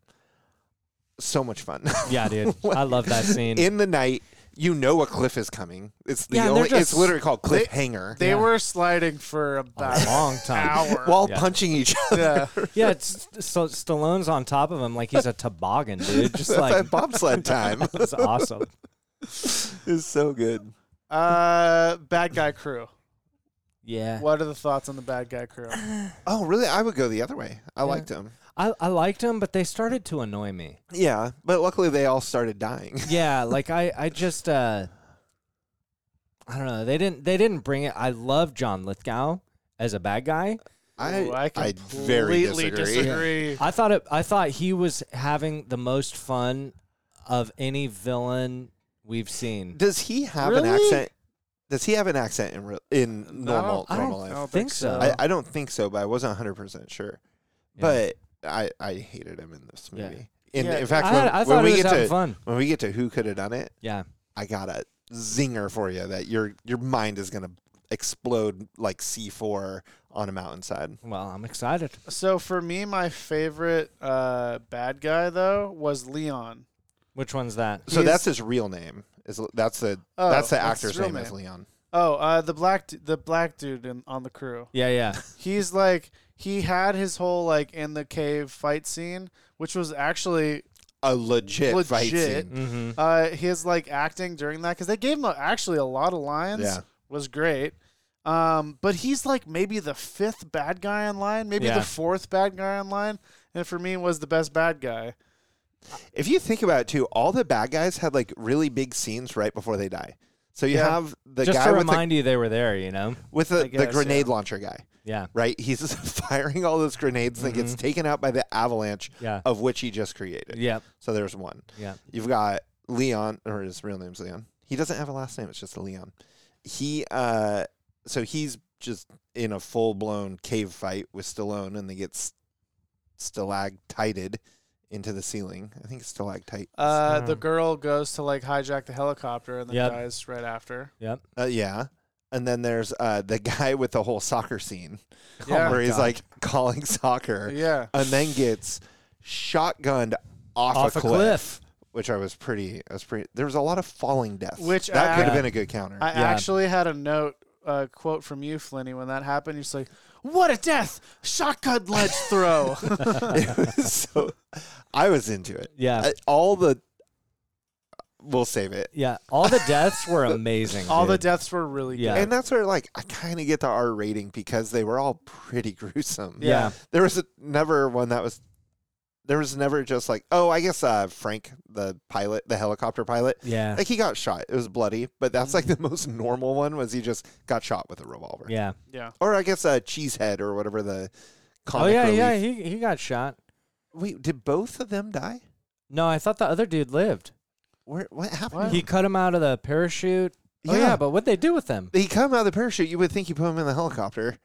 So much fun. yeah, dude, I love that scene. in the night, you know a cliff is coming. It's the Yeah, and they're only. It's just- literally called They- cliffhanger. They Yeah. were sliding for a about long an time. hour. while Yeah. punching each other. yeah. Yeah, it's, so Stallone's on top of him like he's a toboggan, dude. Just That's like that bobsled time. it's awesome. it's so good. Uh, bad guy crew. Yeah, What are the thoughts on the bad guy crew? Oh, really? I would go the other way. I liked him. I I liked him, but they started to annoy me. Yeah, but luckily they all started dying. Yeah, like I I just uh, I don't know. They didn't they didn't bring it. I love John Lithgow as a bad guy. Oh, I Ooh, I very disagree. I thought it. I thought he was having the most fun of any villain we've seen. Does he have an Really? accent? Does he have an accent in real in normal I don't normal life? I think don't think so. so. I, I don't think so, but I wasn't hundred percent sure. But I, I hated him in this Yeah. movie. In, Yeah, in fact, I when, had- I when thought we he was get having to fun. when we get to who could have done it, Yeah, I got a zinger for you that your your mind is gonna explode like C four on a mountainside. well, I'm excited. So for me, my favorite uh, bad guy though was Leon. Which one's that? So He's- that's his real name. Is that's the Oh, that's the that's his actor's real name is name. Leon. Oh, uh, the black d- the black dude in, on the crew. Yeah, yeah. He's like he had his whole like in the cave fight scene, which was actually A legit, fight Legit. scene. Mm-hmm. uh, his like acting during that because they gave him a, actually a lot of lines. Yeah. was great. Um, but he's like maybe the fifth bad guy in line, maybe Yeah. the fourth bad guy in line, and for me was the best bad guy. If you think about it too, all the bad guys had like really big scenes right before they die. So you Yeah. have the Just guy to with remind you, they were there. You know. the, with the, the guess, grenade launcher guy, Yeah. right? He's firing all those grenades and gets taken out by the avalanche Yeah. of which he just created. Yeah. So there's one. Yeah. You've got Leon, or his real name's Leon. He doesn't have a last name. It's just Leon. He, uh, so he's just in a full blown cave fight with Stallone, and they get s- stalactited into the ceiling. I think it's stalactite. Uh, the girl goes to like hijack the helicopter and then Yep. dies right after. Yep. Uh, yeah. And then there's uh, the guy with the whole soccer scene Yeah. where he's like calling soccer Yeah. and then gets shotgunned off, Off a, a cliff, cliff. Which I was pretty, I was pretty, there was a lot of falling deaths. Which that I- could have Yeah. been a good counter. I Yeah. actually had a note, uh, quote from you, Flinny, when that happened. You're just like, what a death! Shotgun ledge throw. It was so I was into it. Yeah. I- all the we'll save it. Yeah. All the deaths were amazing. All the dude. deaths were really Yeah. good. And that's where like I kind of get the R rating because they were all pretty gruesome. Yeah. There was a, never one that was there was never just like, oh, I guess uh Frank the pilot, the helicopter pilot. Yeah. Like he got shot. It was bloody, but that's like the most normal one was he just got shot with a revolver. Yeah. Yeah. Or I guess uh Cheesehead or whatever the Oh comic yeah, relief- yeah. He he got shot. Wait, did both of them die? No, I thought the other dude lived. Where what happened? What? He cut him out of the parachute. Oh, Yeah. yeah, but what'd they do with him? he come out of the parachute. You would think you put him in the helicopter,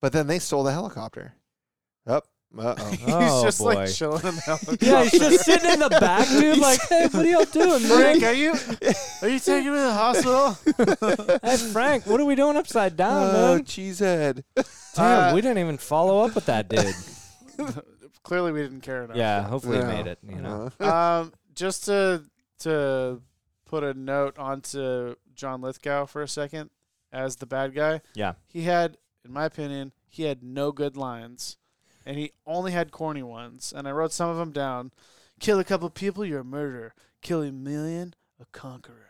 but then they stole the helicopter. Up, uh oh. Oh, He's just boy. like chilling in the helicopter. Yeah, he's just sitting in the back, dude. Like, hey, what are y'all doing, Frank, man? are you are you taking me to the hospital? Hey, Frank, what are we doing upside down, oh, man? cheesehead. Damn, uh, we didn't even follow up with that dude. Clearly, we didn't care enough. yeah, Uh-huh. hopefully Yeah. he made it. You know. Uh, Um, just to to put a note onto John Lithgow for a second as the bad guy. Yeah. He had, in my opinion, he had no good lines, and he only had corny ones. And I wrote some of them down. Kill a couple people, you're a murderer. Kill a million, a conqueror.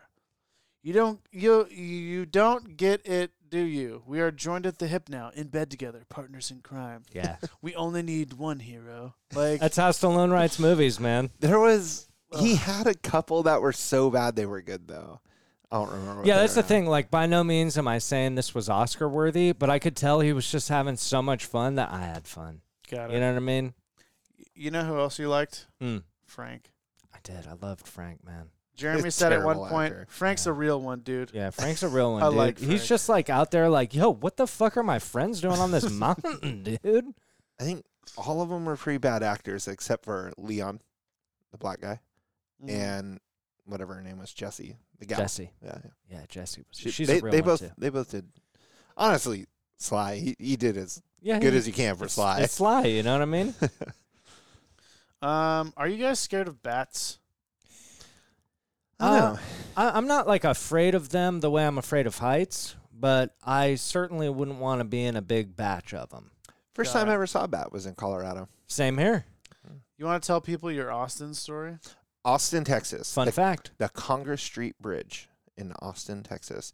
You don't you you don't get it, do you? We are joined at the hip now, in bed together, partners in crime. Yeah, We only need one hero. Like that's how Stallone writes movies, man. there was. He had a couple that were so bad they were good though. I don't remember. what Yeah, they that's the were. thing. Like, by no means am I saying this was Oscar worthy, but I could tell he was just having so much fun that I had fun. Got You know what I mean? You know who else you liked? Hmm. Frank. I did. I loved Frank, man. Jeremy He's said at one terrible point, actor. Frank's a real one, dude. Yeah, Frank's a real one, I dude. like Frank. He's just like out there, like, yo, what the fuck are my friends doing on this mountain, dude? I think all of them were pretty bad actors except for Leon, the black guy, Mm-hmm. Mhm. and whatever her name was, Jesse, the guy. Jesse. Yeah, yeah. Yeah, Jesse was. She- she's a they, real they one both too. they both did. Honestly, Sly, he, he did as Yeah, good he- as you can for it's- Sly. It's Sly, you know what I mean? Uh, Um, are you guys scared of bats? I Uh, don't know. I, I'm not like afraid of them the way I'm afraid of heights, but I certainly wouldn't want to be in a big batch of them. First time I ever saw a bat was in Colorado, Same here. You want to tell people your Austin story? Austin, Texas. Fun the, fact. the Congress Street Bridge in Austin, Texas.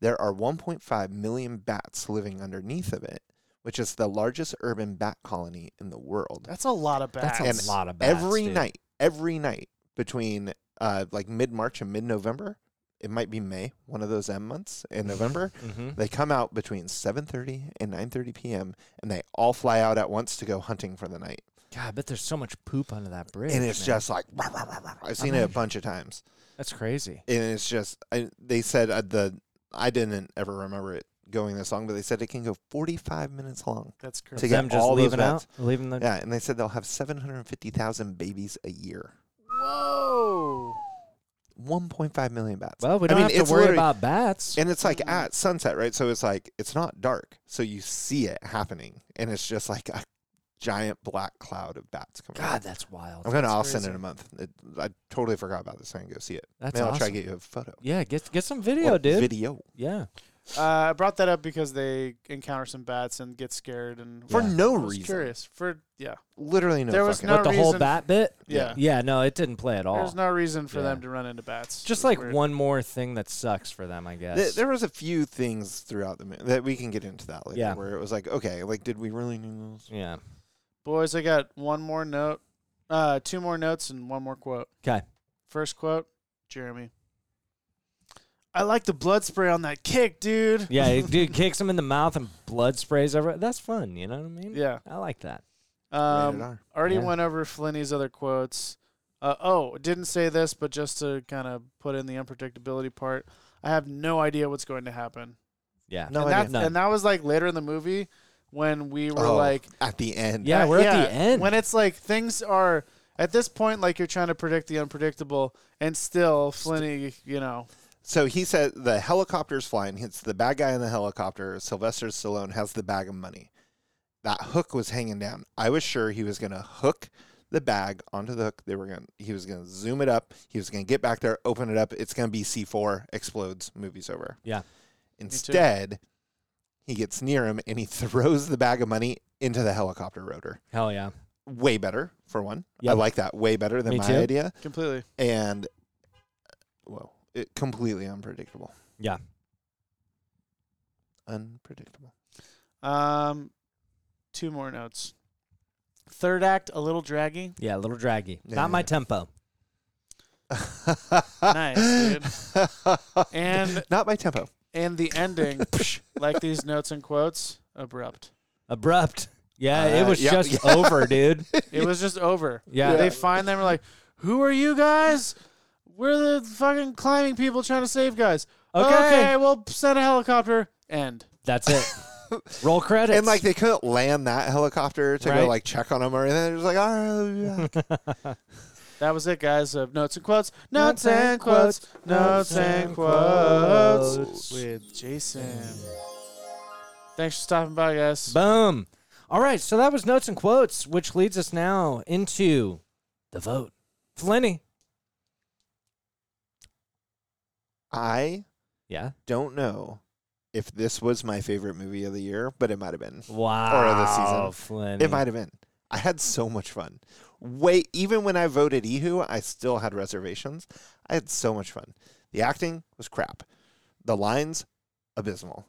There are 1.5 million bats living underneath of it, which is the largest urban bat colony in the world. That's a lot of That's bats. a and lot of bats, every dude. night, every night between uh, like mid March and mid November, it might be May, one of those M months in November. Mm-hmm. They come out between 7:30 and 9:30 p.m. and they all fly out at once to go hunting for the night. God, I bet there's so much poop under that bridge. And it's man. just like rah, rah, rah, rah, rah. I've seen Uh-huh. it a bunch of times. that's crazy. And it's just I, they said uh, the I didn't ever remember it going this long, but they said it can go 45 minutes long. That's To crazy. get Them just all those leaving out, bats. leaving the. Yeah, and they said they'll have 750,000 babies a year. Whoa. 1.5 million bats. Well, we I don't mean, have it's to worry literally- about bats. And it's like at sunset, right? So it's like it's not dark, so you see it happening, and it's just like a giant black cloud of bats coming. out. God, that's wild. I'm going to That's Austin crazy. in a month. It, I totally forgot about this. I'm going to go see it. That's Maybe I'll try awesome. to get you a photo. Yeah, get get some video, Or dude. Video. Yeah, Uh, I brought that up because they encounter some bats and get scared and For Yeah. no I was reason. Curious for yeah. Literally no There was fucking. no What the whole reason- bat bit? Yeah. Yeah, no, it didn't play at all. There's no reason for Yeah. them to run into bats. Just It was like weird. one more thing that sucks for them, I guess. Th- there was a few things throughout the movie that we can get into that later Yeah. where it was like, okay, like did we really need those? yeah. Boys, I got one more note, uh, two more notes, and one more quote. 'Kay. First quote, Jeremy. I like the blood spray on that kick, dude. Yeah, it- dude kicks him in the mouth and blood sprays everywhere. That's fun, you know what I mean? Yeah. I like that. Rated Um, R. already Yeah. went over Flinny's other quotes. Uh, oh, didn't say this, but just to kind of put in the unpredictability part, I have no idea what's going to happen. Yeah. No and, idea. that, and that was like later in the movie when we were Oh, like, at the end. Yeah, Uh, we're at the end. When it's like things are at this point, like you're trying to predict the unpredictable, and still Flinny, you know, So he said the helicopter's flying, hits the bad guy in the helicopter. Sylvester Stallone has the bag of money. That hook was hanging down. I was sure he was gonna hook the bag onto the hook. They were gonna he was gonna zoom it up. He was gonna get back there, open it up. It's gonna be C four, explodes, movie's over. Yeah. Instead, he gets near him and he throws the bag of money into the helicopter rotor. Hell yeah. Way better for one. I Yep. like that way better than Me my too. idea. completely. And whoa, it completely unpredictable. Yeah. Unpredictable. Um, two more notes. Third act, a little draggy. Yeah, a little draggy. Yeah, Not my yeah. tempo. Nice, dude. And Not my tempo. and the ending, like these notes and quotes, abrupt. Abrupt. Yeah, it Uh, was yeah, just yeah. over, dude. It was just over. Yeah. They find them. We're like, who are you guys? We're the fucking climbing people trying to save guys. Okay. okay we'll send a helicopter. End. That's it. Roll credits. And like they couldn't land that helicopter to Right. go like check on him or anything. It was like, "Ah, all right, That was it, guys. Of notes and quotes, notes and quotes, quotes, notes and quotes with Jason. Thanks for stopping by, guys. Boom. All right, so that was notes and quotes, which leads us now into the vote. Flinny. I Yeah. don't know if this was my favorite movie of the year, but it might have been. Wow. Or the Flinny. It might have been. I had so much fun. Wait, even when I voted Ihu, I still had reservations. I had so much fun. The acting was crap. The lines, abysmal.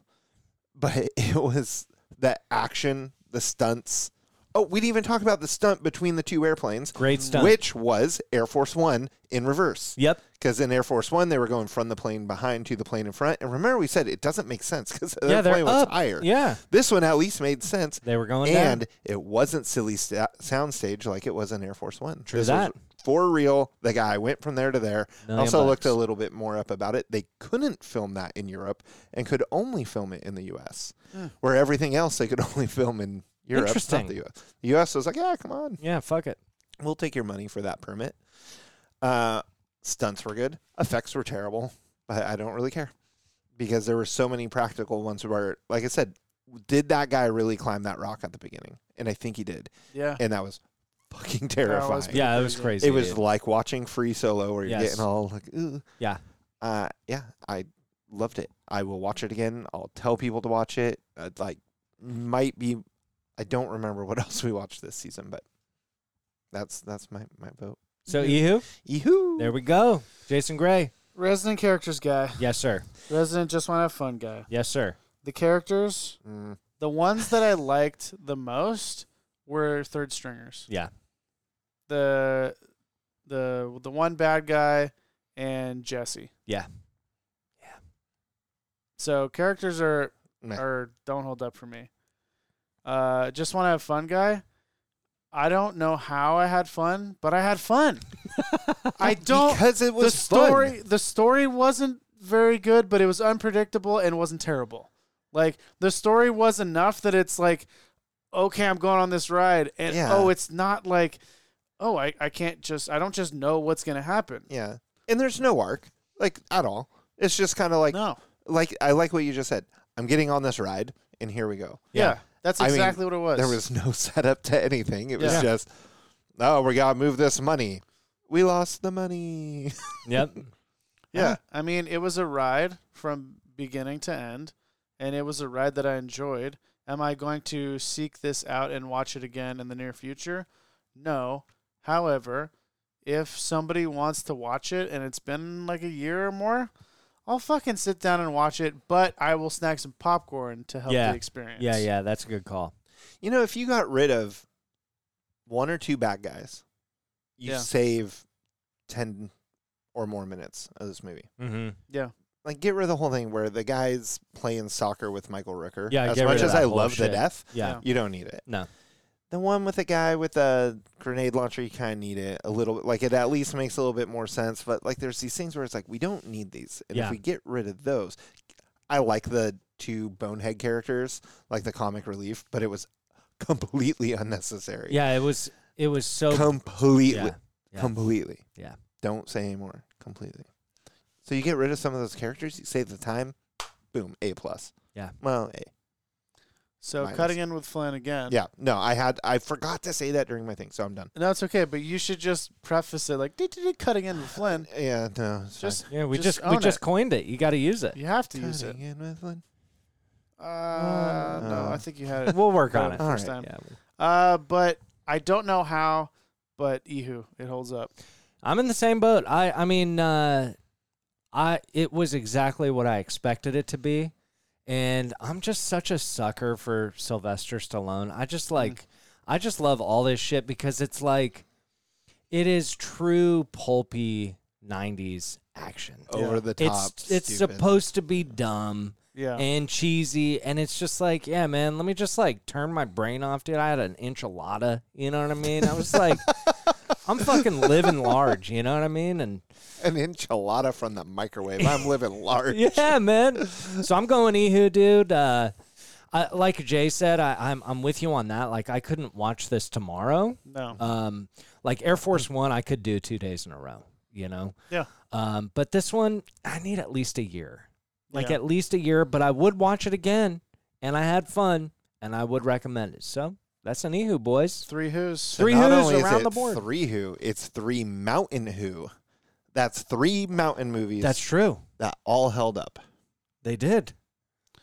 But it was the action, the stunts. Oh, we didn't even talk about the stunt between the two airplanes, Great stunt. which was Air Force One in reverse. Yep. Because in Air Force One, they were going from the plane behind to the plane in front. And remember, we said it doesn't make sense because the yeah, other they're plane was up. higher. Yeah. This one at least made sense They were going and down. it wasn't silly sta- soundstage like it was in Air Force One. True This that. was for real. The guy went from there to there. Million also looked a bucks. little bit more up about it. They couldn't film that in Europe and could only film it in the U.S. Where everything else they could only film in Europe, Interesting. not the U.S. The U.S. was like, yeah, come on, Yeah, fuck it. we'll take your money for that permit. Uh, stunts were good. Effects were terrible, but I don't really care because there were so many practical ones where, like I said, did that guy really climb that rock at the beginning? And I think he did. Yeah. And that was fucking That terrifying. was pretty Yeah, it was crazy. crazy. It was dude. like watching Free Solo where you're Yes. getting all like, ooh. Yeah. Uh, yeah, I loved it. I will watch it again. I'll tell people to watch it. Uh, like, might be, I don't remember what else we watched this season, but that's that's my, my vote. So, Ehu, Yehoo! there we go. Jason Gray. Resident characters guy. Yes, sir. Resident just want to have fun guy. Yes, sir. The characters, Mm. the ones that I liked the most were third stringers. Yeah. The the the one bad guy and Jesse. Yeah. So characters are Meh. or don't hold up for me. Uh, just want to have fun, guy. I don't know how I had fun, but I had fun. I don't. because it was the fun. story. The story wasn't very good, but it was unpredictable and wasn't terrible. Like the story was enough that it's like, okay, I'm going on this ride, and Yeah. oh, it's not like, oh, I, I can't just I don't just know what's gonna happen. Yeah, and there's no arc like at all. It's just kind of like no, like I like what you just said. I'm getting on this ride, and here we go. yeah, that's I mean, exactly what it was. There was no setup to anything. It was Yeah. just, oh, we gotta move this money. We lost the money. Yep. yeah, I mean, it was a ride from beginning to end. and it was a ride that I enjoyed. Am I going to seek this out and watch it again in the near future? No. However, if somebody wants to watch it and it's been like a year or more, I'll fucking sit down and watch it, but I will snack some popcorn to help Yeah. the experience. Yeah, yeah, that's a good call. You know, if you got rid of one or two bad guys, you Yeah. save 10 or more minutes of this movie. Mm-hmm. Like, get rid of the whole thing where the guy's playing soccer with Michael Rooker. Yeah, as get rid much of as that I whole love shit. the death, Yeah. you don't need it. No. The one with the guy with the grenade launcher, you kind of need it a little bit. Like, it at least makes a little bit more sense. But, like, there's these things where it's like, we don't need these. And Yeah. if we get rid of those, I like the two bonehead characters, like the comic relief, but it was completely unnecessary. Yeah, it was it was so completely. yeah. yeah. Completely. Yeah. Don't say anymore. Completely. So you get rid of some of those characters, you save the time, boom, A plus. Yeah. Well, A. So Minus. cutting in with Flynn Um, again. Yeah. No, I had I forgot to say that during my thing, so I'm done. No, it's okay, but you should just preface it like "Dee, dee, dee, cutting in with Flynn. Yeah, uh, no. It's Just Yeah, we Just just, we own just it. coined it. You got to use it. you have to fine. use it. Cutting in with one. Uh, no, Uh. I think you had it. We'll work on the it. All first right, time. Yeah. Uh, but I don't know how, but Ihu, it holds up. I'm in the same boat. I I mean uh I it was exactly what I expected it to be. And I'm just such a sucker for Sylvester Stallone. I just like I just love all this shit because it's like it is true pulpy 90s action. Over the top. It's it's stupid. supposed to be dumb. Yeah. and cheesy and it's just like yeah man let me just like turn my brain off dude i had an enchilada you know what i mean i was like i'm fucking living large you know what i mean and an enchilada from the microwave. I'm living large. yeah man so i'm going ehu dude uh I, like jay said I, I'm, I'm with you on that like i couldn't watch this tomorrow no. um like air force one i could do two days in a row you know yeah. um, but this one, I need at least a year. Like Yeah. at least a year, but I would watch it again and I had fun and I would recommend it. So that's an Ehu, boys. Three who's. Three not who's only is around it the board. Three who, it's three mountain who. That's three mountain movies That's true. that all held up. They did.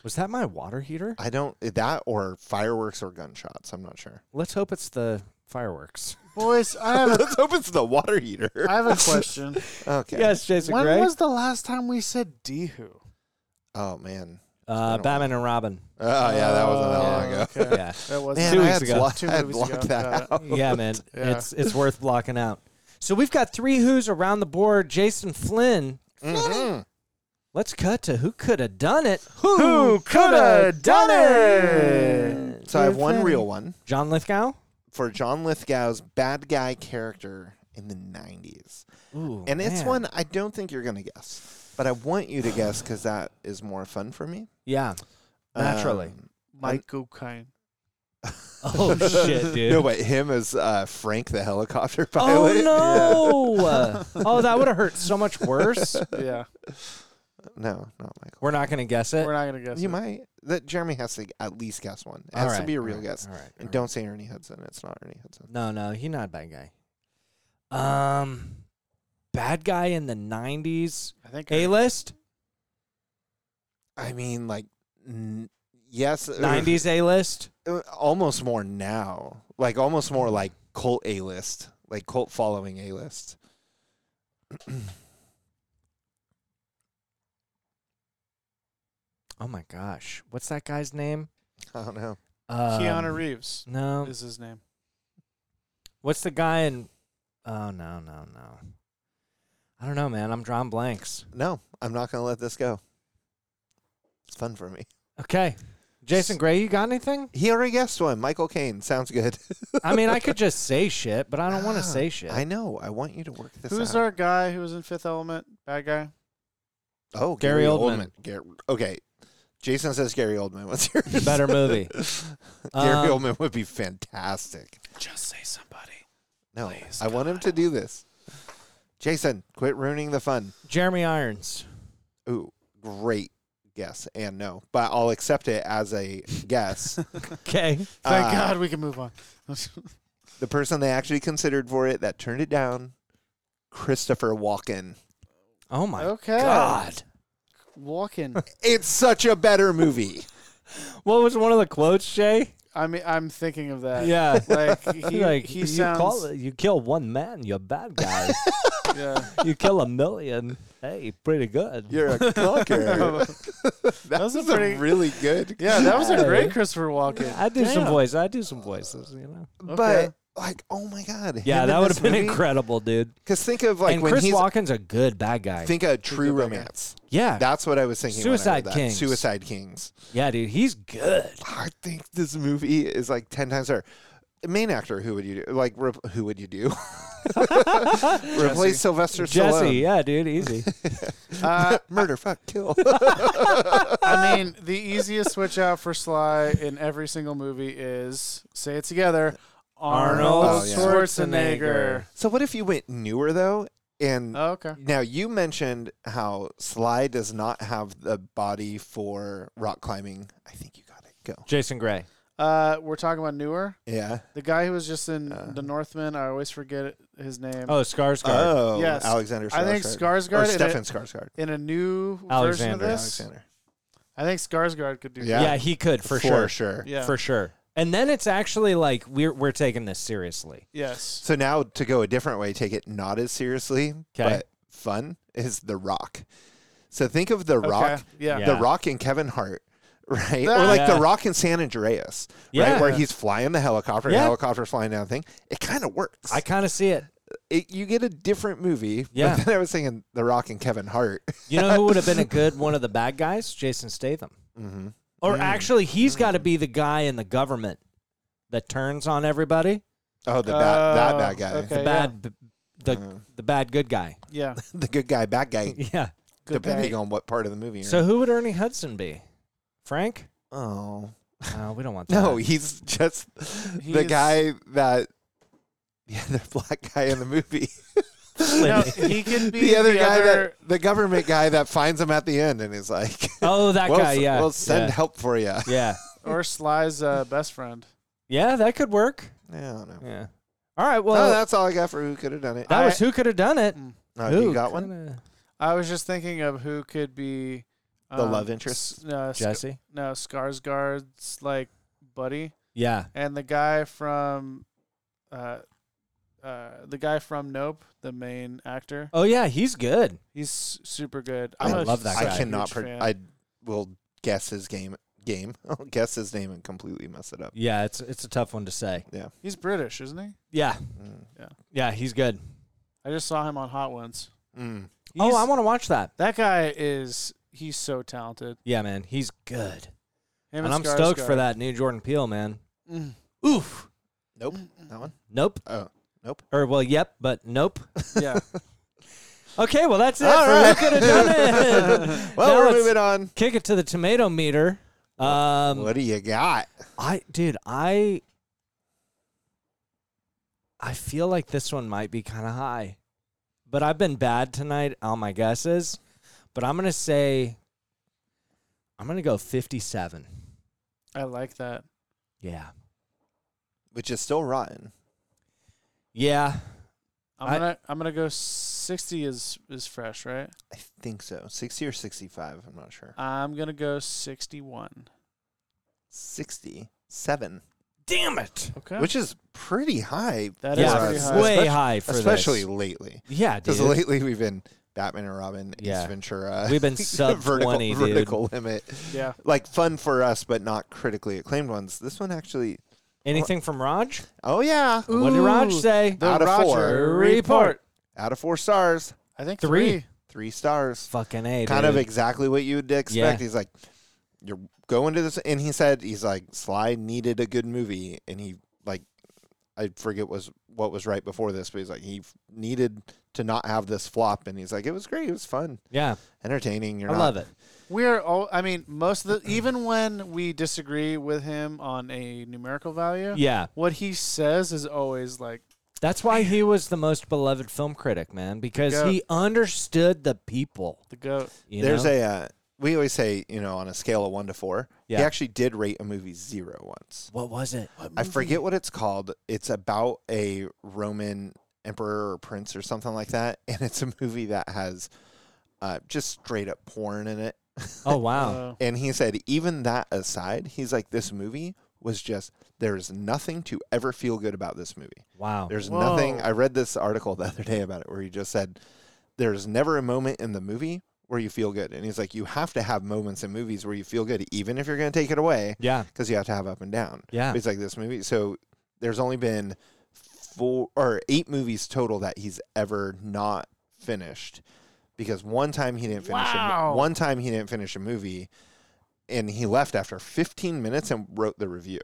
Was that my water heater? I don't that or fireworks or gunshots. I'm not sure. Let's hope it's the fireworks. Boys, I have, Let's hope it's the water heater. I have a question. okay. Jason when was the last time we said Dihu? Oh man. uh, Batman and Robin. Oh yeah, that wasn't that long Oh, ago. okay. Yeah. That was Man, Two I weeks had ago. blocked- Two I had movies ago. blocked that Got out. Yeah, man. Yeah. It's it's worth blocking out. So we've got three who's around the board. Jason Flynn. Mhm. Let's cut to who could have done it. Who coulda done it? So I have one real one John Lithgow. for John Lithgow's bad guy character in the 90s. Ooh, And it's Oh, man. one I don't think you're going to guess, but I want you to guess cuz that is more fun for me. Yeah. Naturally. Um, Michael Kine. oh shit, dude. no, but him as uh, Frank the helicopter oh pilot. no. oh, that would have hurt so much worse. Yeah. No, not Michael. We're not gonna guess it. We're not going to guess. You it. might. That Jeremy has to at least guess one. It All has to right, be a all real right, guess. all right, And all don't say Ernie Hudson. It's not Ernie Hudson. No, no, he's not a bad guy. Um, bad guy in the '90s. I think. A list. I mean, like, n- yes, uh, '90s A list. uh, almost more now. Like almost more like cult A list, like cult following A list. Oh my gosh, what's that guy's name? I don't know. Um, Keanu Reeves No. is his name. What's the guy in? Oh no, no, no. I don't know, man. I'm drawing blanks. No, I'm not gonna let this go. It's fun for me. Okay. Jason Gray, you got anything? He already guessed one. Michael Caine sounds good. I mean, I could just say shit, but I don't Ah, want to say shit. I know. I want you to work this Who's out. our guy who was in Fifth Element? Bad guy? oh, Gary Gary, Oldman. Oldman. Gar- okay, Jason says Gary Oldman. What's your Better movie. Gary Um, Oldman would be fantastic. Just say somebody. No, Please, I want him to do this. Jason, quit ruining the fun. Jeremy Irons. Ooh, great guess and no, but I'll accept it as a guess. Okay. Thank Uh, God we can move on. the person they actually considered for it that turned it down, Christopher Walken. Oh my Okay. god. walking. It's such a better movie. What was one of the quotes, Shay? I mean, I'm thinking of that. Yeah. Uh, Like he, like he you sounds. call you kill one man, you're a bad guy. Yeah. you kill a million, hey, pretty good. You're a clucker. that was was a a pretty- really good. Yeah, that was a Hey. great Christopher Walken. I do some Damn. voices. I do some voices. You know. Okay. But like, oh my god. Yeah, that would have been incredible, dude. Because think of like and when Chris he's Walken's a good bad guy. think of True good bugger. Romance. yeah, That's what I was thinking. when I read Suicide that. Kings. Suicide Kings. yeah, dude. He's good. I think this movie is like ten times better. Main actor, who would you do? Like, rep- who would you do? Replace Sylvester Jesse, Stallone. yeah, dude, easy. Uh, Murder, fuck, kill. I mean, the easiest switch out for Sly in every single movie is say it together. Arnold, Oh, Arnold Schwarzenegger. so, what if you went newer though? And Oh, okay. now you mentioned how Sly does not have the body for rock climbing. I think you got it. Go. Jason Gray. Uh, we're talking about newer. Yeah. The guy who was just in Uh. The Northman. I always forget his name. Oh, Skarsgård. Oh, Yes. Alexander. I think Skarsgård. Skarsgård or in Stefan it- Skarsgård. In a new version of Alexander. this, Alexander. I think Skarsgård could do. Yeah. yeah. he could for, sure, sure. Yeah. for sure. And then it's actually like we're we're taking this seriously. Yes. So now to go a different way, take it not as seriously, 'Kay. but fun is The Rock. So think of The Rock, Okay. Yeah. Yeah. The Rock and Kevin Hart, right? or That- like Yeah. The Rock and San Andreas, Yeah. right? Where he's flying the helicopter, Yeah. and helicopter's flying down the thing. It kind of works. I kind of see it. It- you get a different movie. Yeah. But then I was thinking The Rock and Kevin Hart. You know who would have been a good one of the bad guys? Jason Statham. mm-hmm. Or actually, he's got Mm. to be the guy in the government that turns on everybody. Oh, the bad, that Oh, bad guy, okay. Yeah. Bad, b- the Mm-hmm. the bad good guy. Yeah. the good guy, bad guy. Yeah. Good depending guy. on what part of the movie. You're So in. who would Ernie Hudson be? Frank? oh Oh, we don't want that. no, he's just the He's- guy that yeah, the black guy in the movie. No, he can be the other guy other- that the government guy that finds him at the end and is like, Oh, that we'll, guy. s- Yeah. we'll send yeah. help for you." Yeah. or Sly's uh, best friend. Yeah, that could work. Yeah, I don't know. Yeah. All right. no, Well, that, that's all I got for who could have done it. I- was who could have done it. No, who Uh, you got one? coulda- I was just thinking of who could be The um, love interest? S- no, Sk- Jesse. no, Skarsgård's like buddy, Yeah. and the guy from, uh, uh, the guy from Nope, the main actor. Oh yeah, he's good. He's s- super good. I I'm a love that I guy. huge cannot. Pro- fan. I will guess his game. Game. I'll guess his name and completely mess it up. Yeah, it's it's a tough one to say. He's British, isn't he? Yeah. Mm. Yeah. Yeah, he's good. I just saw him on Hot Ones. Mm. oh, He's- I want to watch that. That guy is he's so talented. Yeah, man, he's good. Him and I'm stoked for that new Jordan Peele, man. Mm. Oof. Nope. That one. Nope. Oh, nope. Or well, yep, but nope. Yeah. Okay, well that's it. All for right. Who could have done it? Well, Now we're let's moving on. Kick it to the tomato meter. Um, What do you got? I dude, I I feel like this one might be kind of high. But I've been bad tonight on my guesses. But I'm going to say I'm going to go 57. I like that. Yeah. Which is still rotten. Yeah. I'm I- gonna I'm gonna go sixty is is fresh, right? I think so. 60 or 65. I'm not sure. I'm gonna go sixty one. 67, Damn it. Okay. which is pretty high. That for is yeah, pretty us, high. way especially- high for Especially this. lately. Yeah, dude. Because lately we've been Batman and Robin, Yeah. Ace Ventura. We've been sub vertical, 20, dude. vertical limit. yeah. Like fun for us, but not critically acclaimed ones. This one actually. Anything from Raj? Oh, yeah. What did Raj Ooh, say? Out of Roger four. Report. Out of four stars. I think Three. three. Three stars. Fucking A. kind dude. of exactly what you'd expect. Yeah. He's like, you're going to this, and he said he's like, Sly needed a good movie, and he like, I forget was what was right before this, but he's like, he f- needed to not have this flop, and he's like, it was great, it was fun, Yeah. entertaining. You're I not- love it. We're all I mean, most of the even when we disagree with him on a numerical value, Yeah. what he says is always like That's why he was the most beloved film critic, man, because Yeah. he understood the people. the goat. You There's know? a. Uh, we always say, you know, on a scale of one to four, Yeah. he actually did rate a movie zero once. what was it? I forget what it's called. It's about a Roman emperor or prince or something like that, and it's a movie that has uh, just straight up porn in it. Oh wow. Uh, And he said, even that aside, he's like, this movie was just, there's nothing to ever feel good about this movie. wow. There's Whoa. nothing. I read this article the other day about it where he just said, there's never a moment in the movie where you feel good. And he's like, you have to have moments in movies where you feel good, even if you're going to take it away, Yeah. because you have to have up and down. Yeah. But it's like this movie. So there's only been four or eight movies total that he's ever not finished because one time he didn't finish a, Wow. mo- one time he didn't finish a movie and he left after 15 minutes and wrote the review.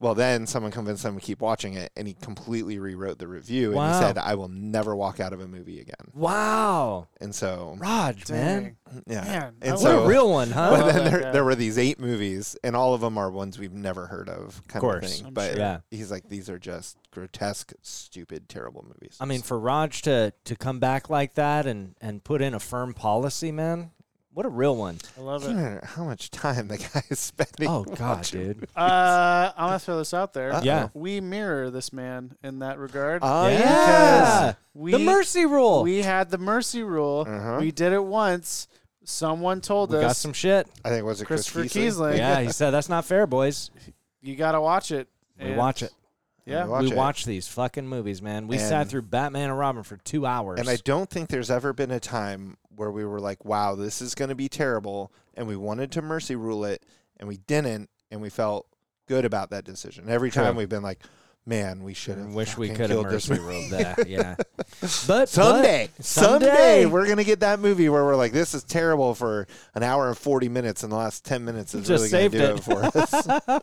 Well, then someone convinced him to keep watching it and he completely rewrote the review and Wow. he said I will never walk out of a movie again. Wow. And so Raj, man. dang. yeah. Man, and that What a so real one, huh? but love then Oh, that there, guy. there were these eight movies, and all of them are ones we've never heard of, kind course. of thing. I'm but sure. Yeah. he's like, these are just grotesque, stupid, terrible movies. I mean, for Raj to to come back like that and and put in a firm policy, man. What a real one. I love I it. don't know how much time the guy is spending? Oh god, dude. Uh, I'm gonna throw this out there. Uh-oh. Yeah. we mirror this man in that regard. Oh yeah, Yeah. we, Uh, the mercy rule. We had the mercy rule. Uh-huh. We did it once. Someone told We us got some shit. I think was it Christopher Chris Keasley? Keesling. Yeah, he said that's not fair, boys. You gotta watch it. We And- watch it. Yeah. We watch we it. watch these fucking movies, man. We sat And- through Batman and Robin for two hours. And I don't think there's ever been a time where we were like, "Wow, this is going to be terrible," and we wanted to mercy rule it, and we didn't, and we felt good about that decision. Every True. time we've been like, "Man, we should have." wish we fucking could have killed this mercy movie." ruled that. Yeah, but Someday, but- someday, we're gonna get that movie where we're like, this is terrible for an hour and forty minutes, and the last ten minutes is Just really gonna saved do it. it, for us.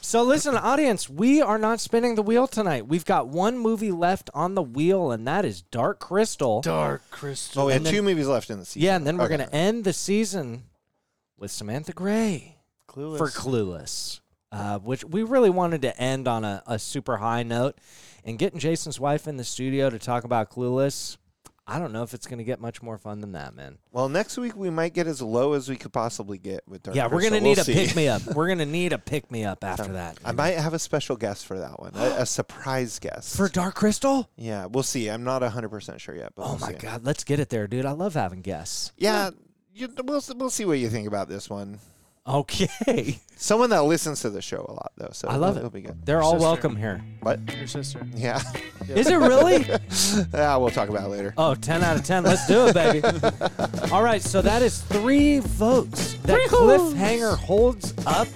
So listen, audience, we are not spinning the wheel tonight. We've got one movie left on the wheel, and that is Dark Crystal. Dark Crystal. oh, we had And then- two movies left in the season. yeah, and then we're Okay. gonna end the season with Samantha Gray for Clueless, uh, which we really wanted to end on a, a super high note. And getting Jason's wife in the studio to talk about Clueless, I don't know if it's gonna get much more fun than that, man. Well, next week we might get as low as we could possibly get with Dark yeah, we're Crystal. gonna We'll need see. a pick me up. We're gonna need a pick me up after that I might have a special guest for that one, a, a surprise guest. for Dark Crystal. yeah, we'll see. I'm not 100 percent sure yet, but Oh we'll my see. God, let's get it there, dude. I love having guests. Yeah, you, we'll we'll see what you think about this one. Okay. Someone that listens to the show a lot, though, so I love it'll, it. It'll be good. They're all sister. welcome here. But Your sister. yeah, Is it really? yeah, we'll talk about it later. Oh, 10 out of 10. Let's do it, baby. All right, so that is three votes that Cliffhanger holds up.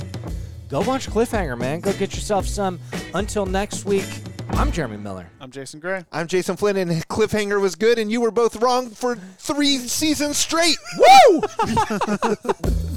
Go watch Cliffhanger, man. Go get yourself some. Until next week, I'm Jeremy Miller. I'm Jason Gray. I'm Jason Flynn, and Cliffhanger was good, and you were both wrong for three seasons straight. Woo!